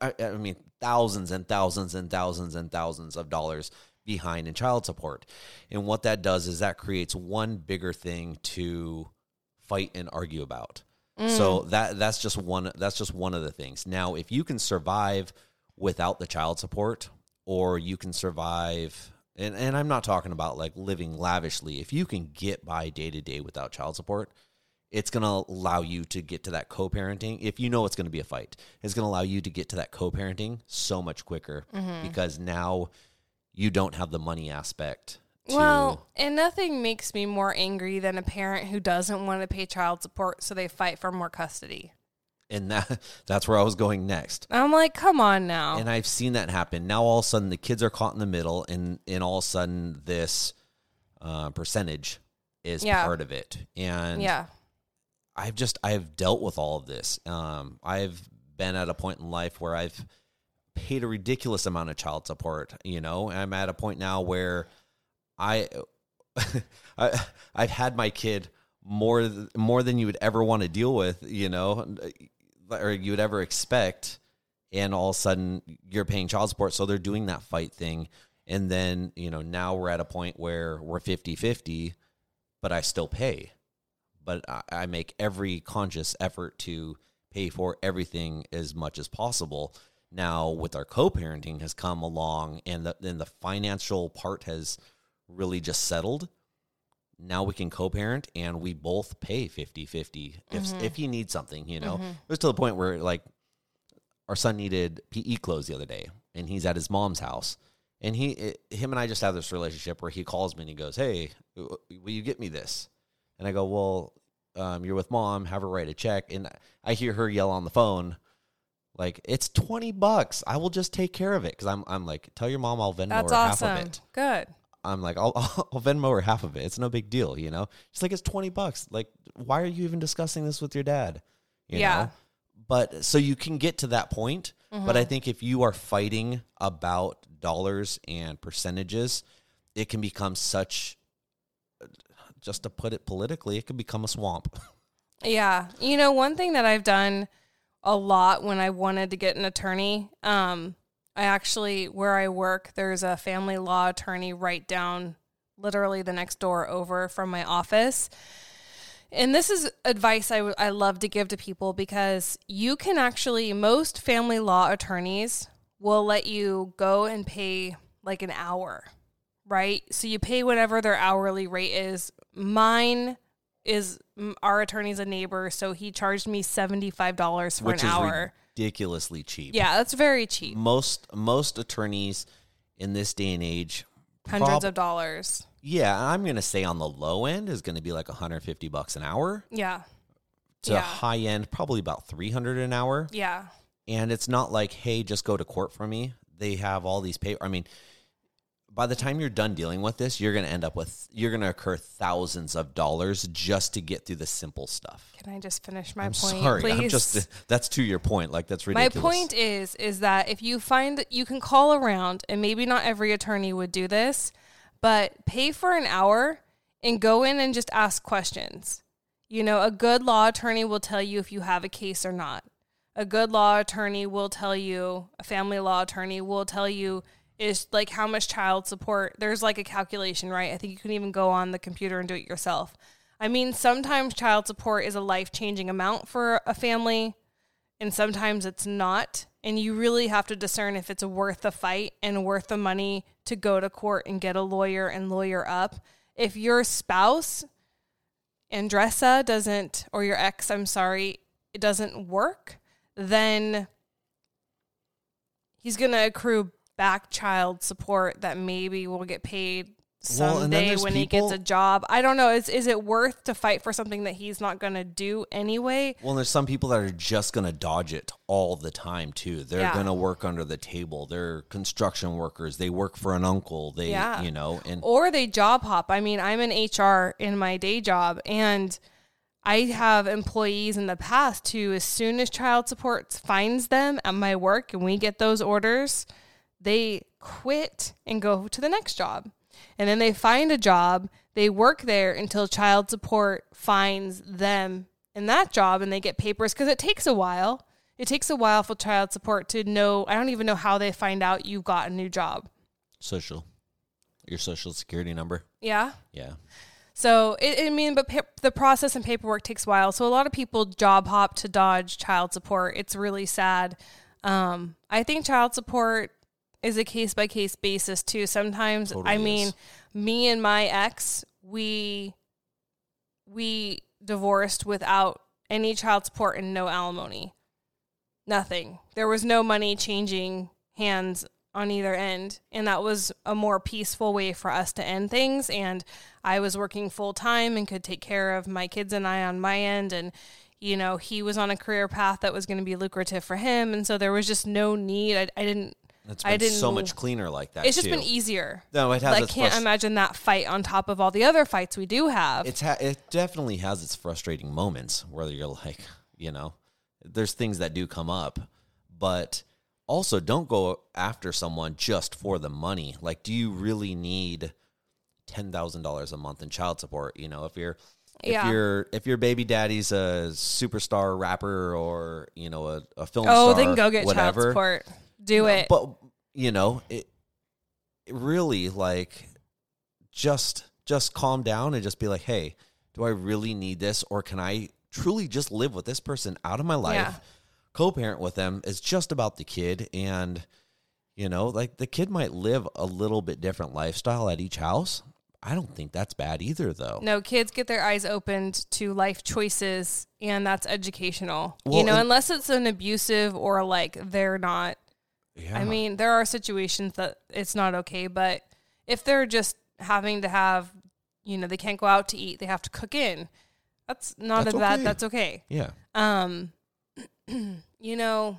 [SPEAKER 2] I, I mean, thousands and thousands and thousands and thousands of dollars behind in child support. And what that does is that creates one bigger thing to fight and argue about. So that that's just one that's just one of the things. Now, if you can survive without the child support or you can survive and, and I'm not talking about like living lavishly. If you can get by day to day without child support, it's going to allow you to get to that co-parenting if you know it's going to be a fight it's going to allow you to get to that co-parenting so much quicker because now you don't have the money aspect to,
[SPEAKER 1] Well, and nothing makes me more angry than a parent who doesn't want to pay child support, so they fight for more custody.
[SPEAKER 2] and that (laughs) that's where i was going next
[SPEAKER 1] I'm like, come on now.
[SPEAKER 2] and i've seen that happen now all of a sudden the kids are caught in the middle and and all of a sudden this uh, percentage is
[SPEAKER 1] Yeah.
[SPEAKER 2] part of it and
[SPEAKER 1] yeah.
[SPEAKER 2] I've just I've dealt with all of this. Um, I've been at a point in life where I've paid a ridiculous amount of child support. You know, I'm at a point now where I, (laughs) I I've had my kid more th- more than you would ever want to deal with. You know, or you would ever expect. And all of a sudden, you're paying child support, so they're doing that fight thing. And then you know now we're at a point where we're 50 50 but I still pay but I, I make every conscious effort to pay for everything as much as possible. Now, with our co-parenting has come along, and the, then the financial part has really just settled. Now we can co-parent, and we both pay 50-50 if
[SPEAKER 1] Mm-hmm.
[SPEAKER 2] if he needs something. You know, it was to the point where like our son needed PE clothes the other day, and he's at his mom's house. And he, it, him, and I just have this relationship where he calls me and he goes, "Hey, w- will you get me this?" And I go, "Well, um, you're with mom. Have her write a check." And I hear her yell on the phone, "Like it's twenty bucks. I will just take care of it." Because I'm, I'm like, "Tell your mom I'll Venmo
[SPEAKER 1] That's
[SPEAKER 2] her half of
[SPEAKER 1] awesome.
[SPEAKER 2] it."
[SPEAKER 1] Good.
[SPEAKER 2] I'm like, "I'll, (laughs) I'll Venmo her half of it. It's no big deal, you know." She's like, "It's twenty bucks. Like, why are you even discussing this with your dad?" You
[SPEAKER 1] Yeah.
[SPEAKER 2] Know? But so you can get to that point. But
[SPEAKER 1] Mm-hmm.
[SPEAKER 2] I think if you are fighting about dollars and percentages, it can become such. Just to put it politically, it can become a swamp. (laughs)
[SPEAKER 1] Yeah. You know, one thing that I've done a lot when I wanted to get an attorney, um, I actually, where I work, there's a family law attorney right down literally the next door over from my office. And this is advice I, w- I love to give to people because you can actually, most family law attorneys will let you go and pay like an hour, right? So you pay whatever their hourly rate is. Mine is m- our attorney's a neighbor, so he charged me $75 for
[SPEAKER 2] which
[SPEAKER 1] an
[SPEAKER 2] is
[SPEAKER 1] hour.
[SPEAKER 2] ridiculously cheap.
[SPEAKER 1] yeah, that's very cheap.
[SPEAKER 2] Most most attorneys in this day and age
[SPEAKER 1] Hundreds
[SPEAKER 2] prob-
[SPEAKER 1] of dollars.
[SPEAKER 2] Yeah, I'm going to say on the low end is going to be like 150 bucks an hour.
[SPEAKER 1] Yeah.
[SPEAKER 2] To
[SPEAKER 1] Yeah.
[SPEAKER 2] high end probably about 300 an hour.
[SPEAKER 1] Yeah.
[SPEAKER 2] And it's not like, "Hey, just go to court for me." They have all these paper I mean, by the time you're done dealing with this, you're going to end up with you're going to incur thousands of dollars just to get through the simple stuff.
[SPEAKER 1] Can I just finish my
[SPEAKER 2] I'm
[SPEAKER 1] point,
[SPEAKER 2] sorry.
[SPEAKER 1] please?
[SPEAKER 2] I'm just that's to your point. Like that's
[SPEAKER 1] My
[SPEAKER 2] ridiculous.
[SPEAKER 1] point is, is that if you find that you can call around, and maybe not every attorney would do this, but pay for an hour and go in and just ask questions. You know, a good law attorney will tell you if you have a case or not. A good law attorney will tell you, a family law attorney will tell you is like how much child support. There's like a calculation, right? I think you can even go on the computer and do it yourself. I mean, sometimes child support is a life changing amount for a family and sometimes it's not. And you really have to discern if it's worth the fight and worth the money to go to court and get a lawyer and lawyer up. If your spouse, Andressa, doesn't, or your ex, I'm sorry, it doesn't work, then he's going to accrue back child support that maybe will get paid
[SPEAKER 2] Well, and then
[SPEAKER 1] someday
[SPEAKER 2] there's
[SPEAKER 1] when he gets
[SPEAKER 2] people-
[SPEAKER 1] a job. I don't know. Is is it worth to fight for something that he's not going to do anyway?
[SPEAKER 2] Well, there's some people that are just going to dodge it all the time too. They're
[SPEAKER 1] Yeah.
[SPEAKER 2] going to work under the table. They're construction workers. They work for an uncle. They,
[SPEAKER 1] Yeah. Oh.
[SPEAKER 2] you know, and
[SPEAKER 1] Or they job hop. I mean, I'm an HR in my day job and I have employees in the past who as soon as child support finds them at my work and we get those orders, they quit and go to the next job. And then they find a job, they work there until child support finds them in that job and they get papers because it takes a while. It takes a while for child support to know. I don't even know how they find out you got a new job.
[SPEAKER 2] social, your social security number.
[SPEAKER 1] Yeah.
[SPEAKER 2] Yeah.
[SPEAKER 1] So it, I mean, but pa- the process and paperwork takes a while. So a lot of people job hop to dodge child support. It's really sad. Um, I think child support is a case by case basis too. Sometimes I
[SPEAKER 2] Totally
[SPEAKER 1] mean,
[SPEAKER 2] is.
[SPEAKER 1] me and my ex, we we divorced without any child support and no alimony. Nothing. There was no money changing hands on either end. And that was a more peaceful way for us to end things. And I was working full time and could take care of my kids and I on my end. And, you know, he was on a career path that was going to be lucrative for him. And so there was just no need. I, I didn't.
[SPEAKER 2] That's
[SPEAKER 1] I
[SPEAKER 2] been
[SPEAKER 1] didn't.
[SPEAKER 2] so much cleaner like that.
[SPEAKER 1] It's just
[SPEAKER 2] too.
[SPEAKER 1] been easier.
[SPEAKER 2] No, it has
[SPEAKER 1] I
[SPEAKER 2] its
[SPEAKER 1] can't
[SPEAKER 2] frust-
[SPEAKER 1] imagine that fight on top of all the other fights we do have.
[SPEAKER 2] It's ha- it definitely has its frustrating moments where you're like, you know, there's things that do come up, but also don't go after someone just for the money. Like, do you really need ten thousand dollars a month in child support? You know, if you're if
[SPEAKER 1] Yeah.
[SPEAKER 2] your if your baby daddy's a superstar rapper or you know a, a film
[SPEAKER 1] oh,
[SPEAKER 2] star,
[SPEAKER 1] then go get child
[SPEAKER 2] whatever,
[SPEAKER 1] support. Do it.
[SPEAKER 2] but you know, it, it really like just just calm down and just be like, hey, do I really need this, or can I truly just live with this person out of my life?
[SPEAKER 1] Yeah.
[SPEAKER 2] Co-parent with them is just about the kid, and you know, like the kid might live a little bit different lifestyle at each house. I don't think that's bad either, though.
[SPEAKER 1] No, kids get their eyes opened to life choices, and that's educational. you
[SPEAKER 2] Well,
[SPEAKER 1] know,
[SPEAKER 2] and-
[SPEAKER 1] unless it's an abusive or like they're not.
[SPEAKER 2] Yeah.
[SPEAKER 1] I mean, there are situations that it's not okay, but if they're just having to have, you know, they can't go out to eat, they have to cook in. That's not
[SPEAKER 2] That's
[SPEAKER 1] a bad.
[SPEAKER 2] okay.
[SPEAKER 1] That's okay.
[SPEAKER 2] yeah.
[SPEAKER 1] Um, (clears throat) you know,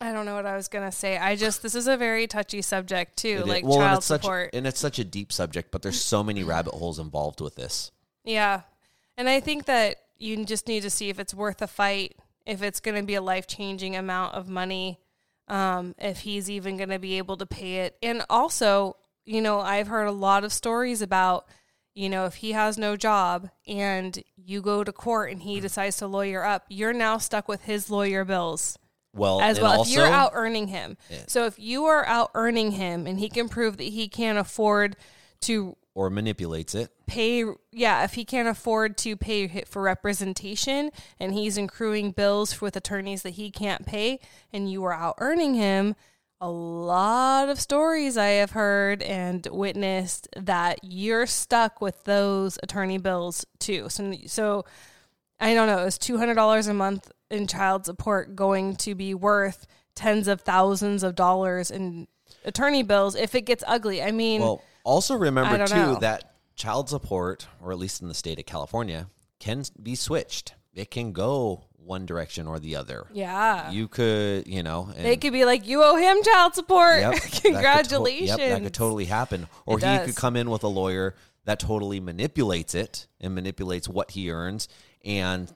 [SPEAKER 1] I don't know what I was gonna say. I just this is a very touchy subject too,
[SPEAKER 2] It is-
[SPEAKER 1] like
[SPEAKER 2] well, and
[SPEAKER 1] child
[SPEAKER 2] it's such
[SPEAKER 1] support.
[SPEAKER 2] and it's such a deep subject, but there's so many rabbit holes involved with this.
[SPEAKER 1] Yeah. And I think that you just need to see if it's worth a fight, if it's going to be a life changing amount of money, um, if he's even going to be able to pay it. And also, you know, I've heard a lot of stories about, you know, if he has no job and you go to court and
[SPEAKER 2] Mm-hmm.
[SPEAKER 1] he decides to lawyer up, you're now stuck with his lawyer bills
[SPEAKER 2] Well,
[SPEAKER 1] as
[SPEAKER 2] and
[SPEAKER 1] well.
[SPEAKER 2] also,
[SPEAKER 1] if you're out earning him, so if you are out earning him and he can prove that he can't afford to
[SPEAKER 2] or manipulates it.
[SPEAKER 1] pay yeah if he can't afford to pay hi- for representation and he's accruing bills with attorneys that he can't pay and you are out earning him a lot of stories i have heard and witnessed that you're stuck with those attorney bills too so so i don't know is $200 a month in child support going to be worth tens of thousands of dollars in attorney bills if it gets ugly i mean
[SPEAKER 2] Well, also
[SPEAKER 1] Hmm. I
[SPEAKER 2] remember
[SPEAKER 1] don't
[SPEAKER 2] too
[SPEAKER 1] know.
[SPEAKER 2] that child support, or at least in the state of California, can be switched. It can go one direction or the other.
[SPEAKER 1] yeah
[SPEAKER 2] You could, you know, and
[SPEAKER 1] They could be like, "You owe him child support. (laughs)
[SPEAKER 2] yep, that could to-
[SPEAKER 1] Congratulations."
[SPEAKER 2] yep, that could totally happen. Or
[SPEAKER 1] It
[SPEAKER 2] he
[SPEAKER 1] does.
[SPEAKER 2] could come in with a lawyer that totally manipulates it and manipulates what he earns and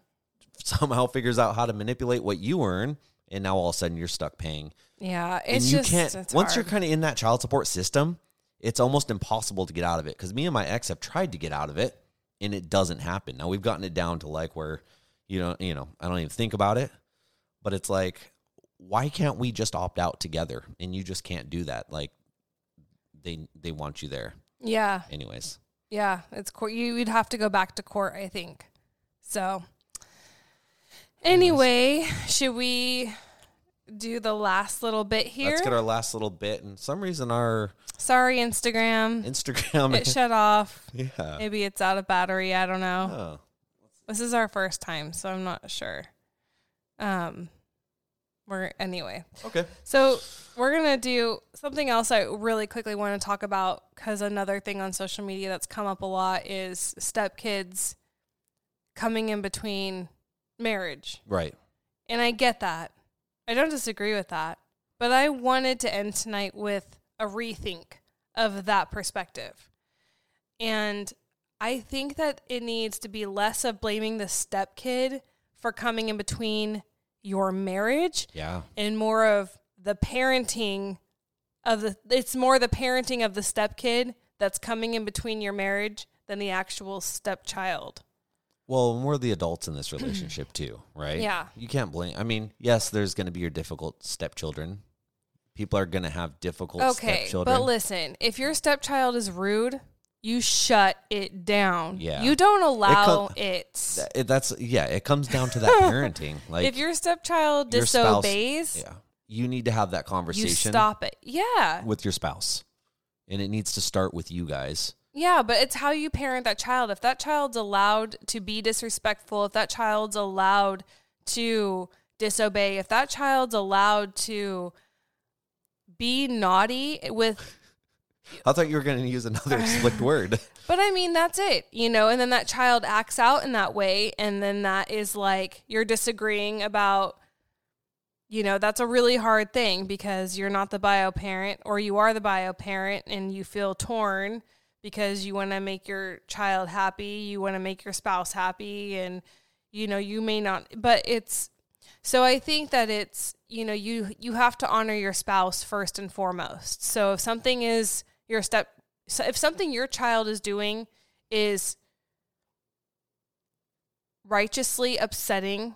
[SPEAKER 2] (laughs) somehow figures out how to manipulate what you earn. And now all of a sudden you're stuck paying
[SPEAKER 1] yeah,
[SPEAKER 2] and
[SPEAKER 1] it's
[SPEAKER 2] you
[SPEAKER 1] just
[SPEAKER 2] can't
[SPEAKER 1] it's
[SPEAKER 2] once you're
[SPEAKER 1] hard.
[SPEAKER 2] kind of in that child support system it's almost impossible to get out of it because me and my ex have tried to get out of it and it doesn't happen now we've gotten it down to like where you know you know i don't even think about it but it's like why can't we just opt out together and you just can't do that like they they want you there
[SPEAKER 1] yeah,
[SPEAKER 2] anyways
[SPEAKER 1] yeah, it's court. You, you'd have to go back to court, I think. So, anyway, should we do the last little bit here.
[SPEAKER 2] Let's get our last little bit. And some reason our
[SPEAKER 1] Sorry, Instagram. (laughs)
[SPEAKER 2] Instagram.
[SPEAKER 1] it shut off.
[SPEAKER 2] (laughs) yeah.
[SPEAKER 1] Maybe it's out of battery. I don't know.
[SPEAKER 2] Oh.
[SPEAKER 1] This is our first time, so I'm not sure. Um, we're anyway.
[SPEAKER 2] Okay.
[SPEAKER 1] So we're gonna do something else. I really quickly want to talk about because another thing on social media that's come up a lot is stepkids coming in between marriage,
[SPEAKER 2] Right.
[SPEAKER 1] and I get that. I don't disagree with that, but I wanted to end tonight with a rethink of that perspective, and I think that it needs to be less of blaming the stepkid for coming in between your marriage
[SPEAKER 2] Yeah.
[SPEAKER 1] and more of the parenting of the it's more the parenting of the stepkid that's coming in between your marriage than the actual stepchild.
[SPEAKER 2] Well, and we're the adults
[SPEAKER 1] (clears throat)
[SPEAKER 2] in this relationship too, right?
[SPEAKER 1] Yeah.
[SPEAKER 2] You can't blame. I mean, yes, there's going to be your difficult stepchildren. People are going to have difficult
[SPEAKER 1] Okay,
[SPEAKER 2] stepchildren.
[SPEAKER 1] but listen, if your stepchild is rude, you shut it down.
[SPEAKER 2] Yeah.
[SPEAKER 1] You don't allow
[SPEAKER 2] com-
[SPEAKER 1] it.
[SPEAKER 2] Th- it- Eh, that's yeah. It comes
[SPEAKER 1] (laughs)
[SPEAKER 2] down to that parenting. Like
[SPEAKER 1] if your stepchild
[SPEAKER 2] your spouse-
[SPEAKER 1] disobeys,
[SPEAKER 2] yeah, you need to have that
[SPEAKER 1] you
[SPEAKER 2] conversation
[SPEAKER 1] stop it. Yeah.
[SPEAKER 2] with your spouse, and it needs to start with you guys.
[SPEAKER 1] Yeah, but it's how you parent that child. If that child's allowed to be disrespectful, if that child's allowed to disobey, if that child's allowed to be naughty with
[SPEAKER 2] I thought you were going to
[SPEAKER 1] (laughs)
[SPEAKER 2] use another slick word.
[SPEAKER 1] but I mean that's it, you know, and then that child acts out in that way and then that is like you're disagreeing about you know, that's a really hard thing because you're not the bio parent or you are the bio parent and you feel torn because you want to make your child happy, you want to make your spouse happy and you know, you may not but it's so I think that it's, you know, you you have to honor your spouse first and foremost. So if something is your step so if something your child is doing is righteously upsetting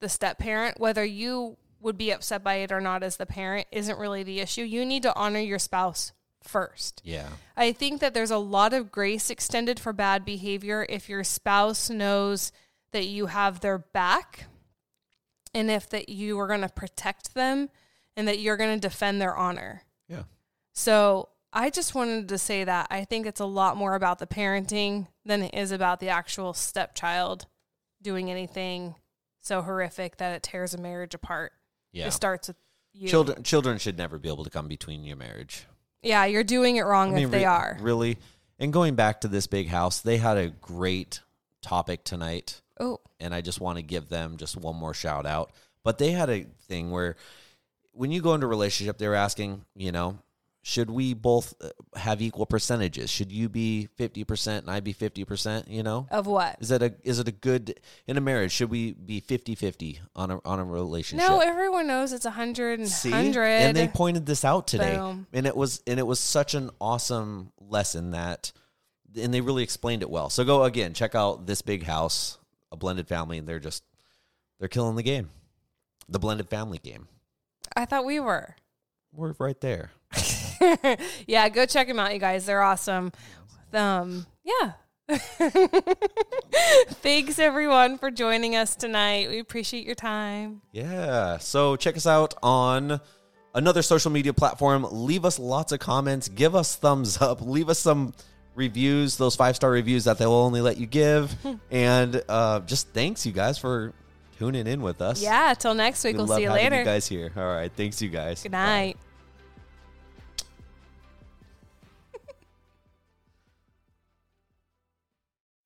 [SPEAKER 1] the step parent, whether you would be upset by it or not as the parent, isn't really the issue. You need to honor your spouse first.
[SPEAKER 2] Yeah.
[SPEAKER 1] I think that there's a lot of grace extended for bad behavior if your spouse knows that you have their back and if that you are going to protect them and that you're going to defend their honor.
[SPEAKER 2] Yeah.
[SPEAKER 1] So I just wanted to say that I think it's a lot more about the parenting than it is about the actual stepchild doing anything so horrific that it tears a marriage apart.
[SPEAKER 2] Yeah.
[SPEAKER 1] It starts with you.
[SPEAKER 2] Children children should never be able to come between your marriage.
[SPEAKER 1] Yeah, you're doing it wrong if they
[SPEAKER 2] re-
[SPEAKER 1] are.
[SPEAKER 2] really. And going back to this big house, they had a great topic tonight,
[SPEAKER 1] oh,
[SPEAKER 2] and I just want to give them just one more shout out. But they had a thing where when you go into a relationship, they were asking, you know, should we both uh, have equal percentages? Should you be 50% and I be 50%, you know?
[SPEAKER 1] of what?
[SPEAKER 2] Is that a is it a good in a marriage? Should we be 50-50 on a on a relationship?
[SPEAKER 1] No, everyone knows it's 100 and
[SPEAKER 2] See?
[SPEAKER 1] 100.
[SPEAKER 2] And they pointed this out today.
[SPEAKER 1] Boom.
[SPEAKER 2] And it was and it was such an awesome lesson that and they really explained it well. So go again, check out this big house, a blended family, and they're just they're killing the game. The blended family game.
[SPEAKER 1] I thought we were.
[SPEAKER 2] We're right there.
[SPEAKER 1] yeah, go check them out, you guys. They're awesome. Um, yeah. (laughs) Thanks everyone for joining us tonight. We appreciate your time.
[SPEAKER 2] Yeah. So check us out on another social media platform. Leave us lots of comments. Give us thumbs up. (laughs) Leave us some reviews, those five star reviews that they will only let
[SPEAKER 1] (laughs)
[SPEAKER 2] you give. and uh, just thanks, you guys, for tuning in with us.
[SPEAKER 1] Yeah, till next week. We
[SPEAKER 2] We
[SPEAKER 1] will
[SPEAKER 2] love
[SPEAKER 1] see you
[SPEAKER 2] having
[SPEAKER 1] later.
[SPEAKER 2] you guys here. All right. Thanks, you guys.
[SPEAKER 1] Good
[SPEAKER 2] Bye.
[SPEAKER 1] night.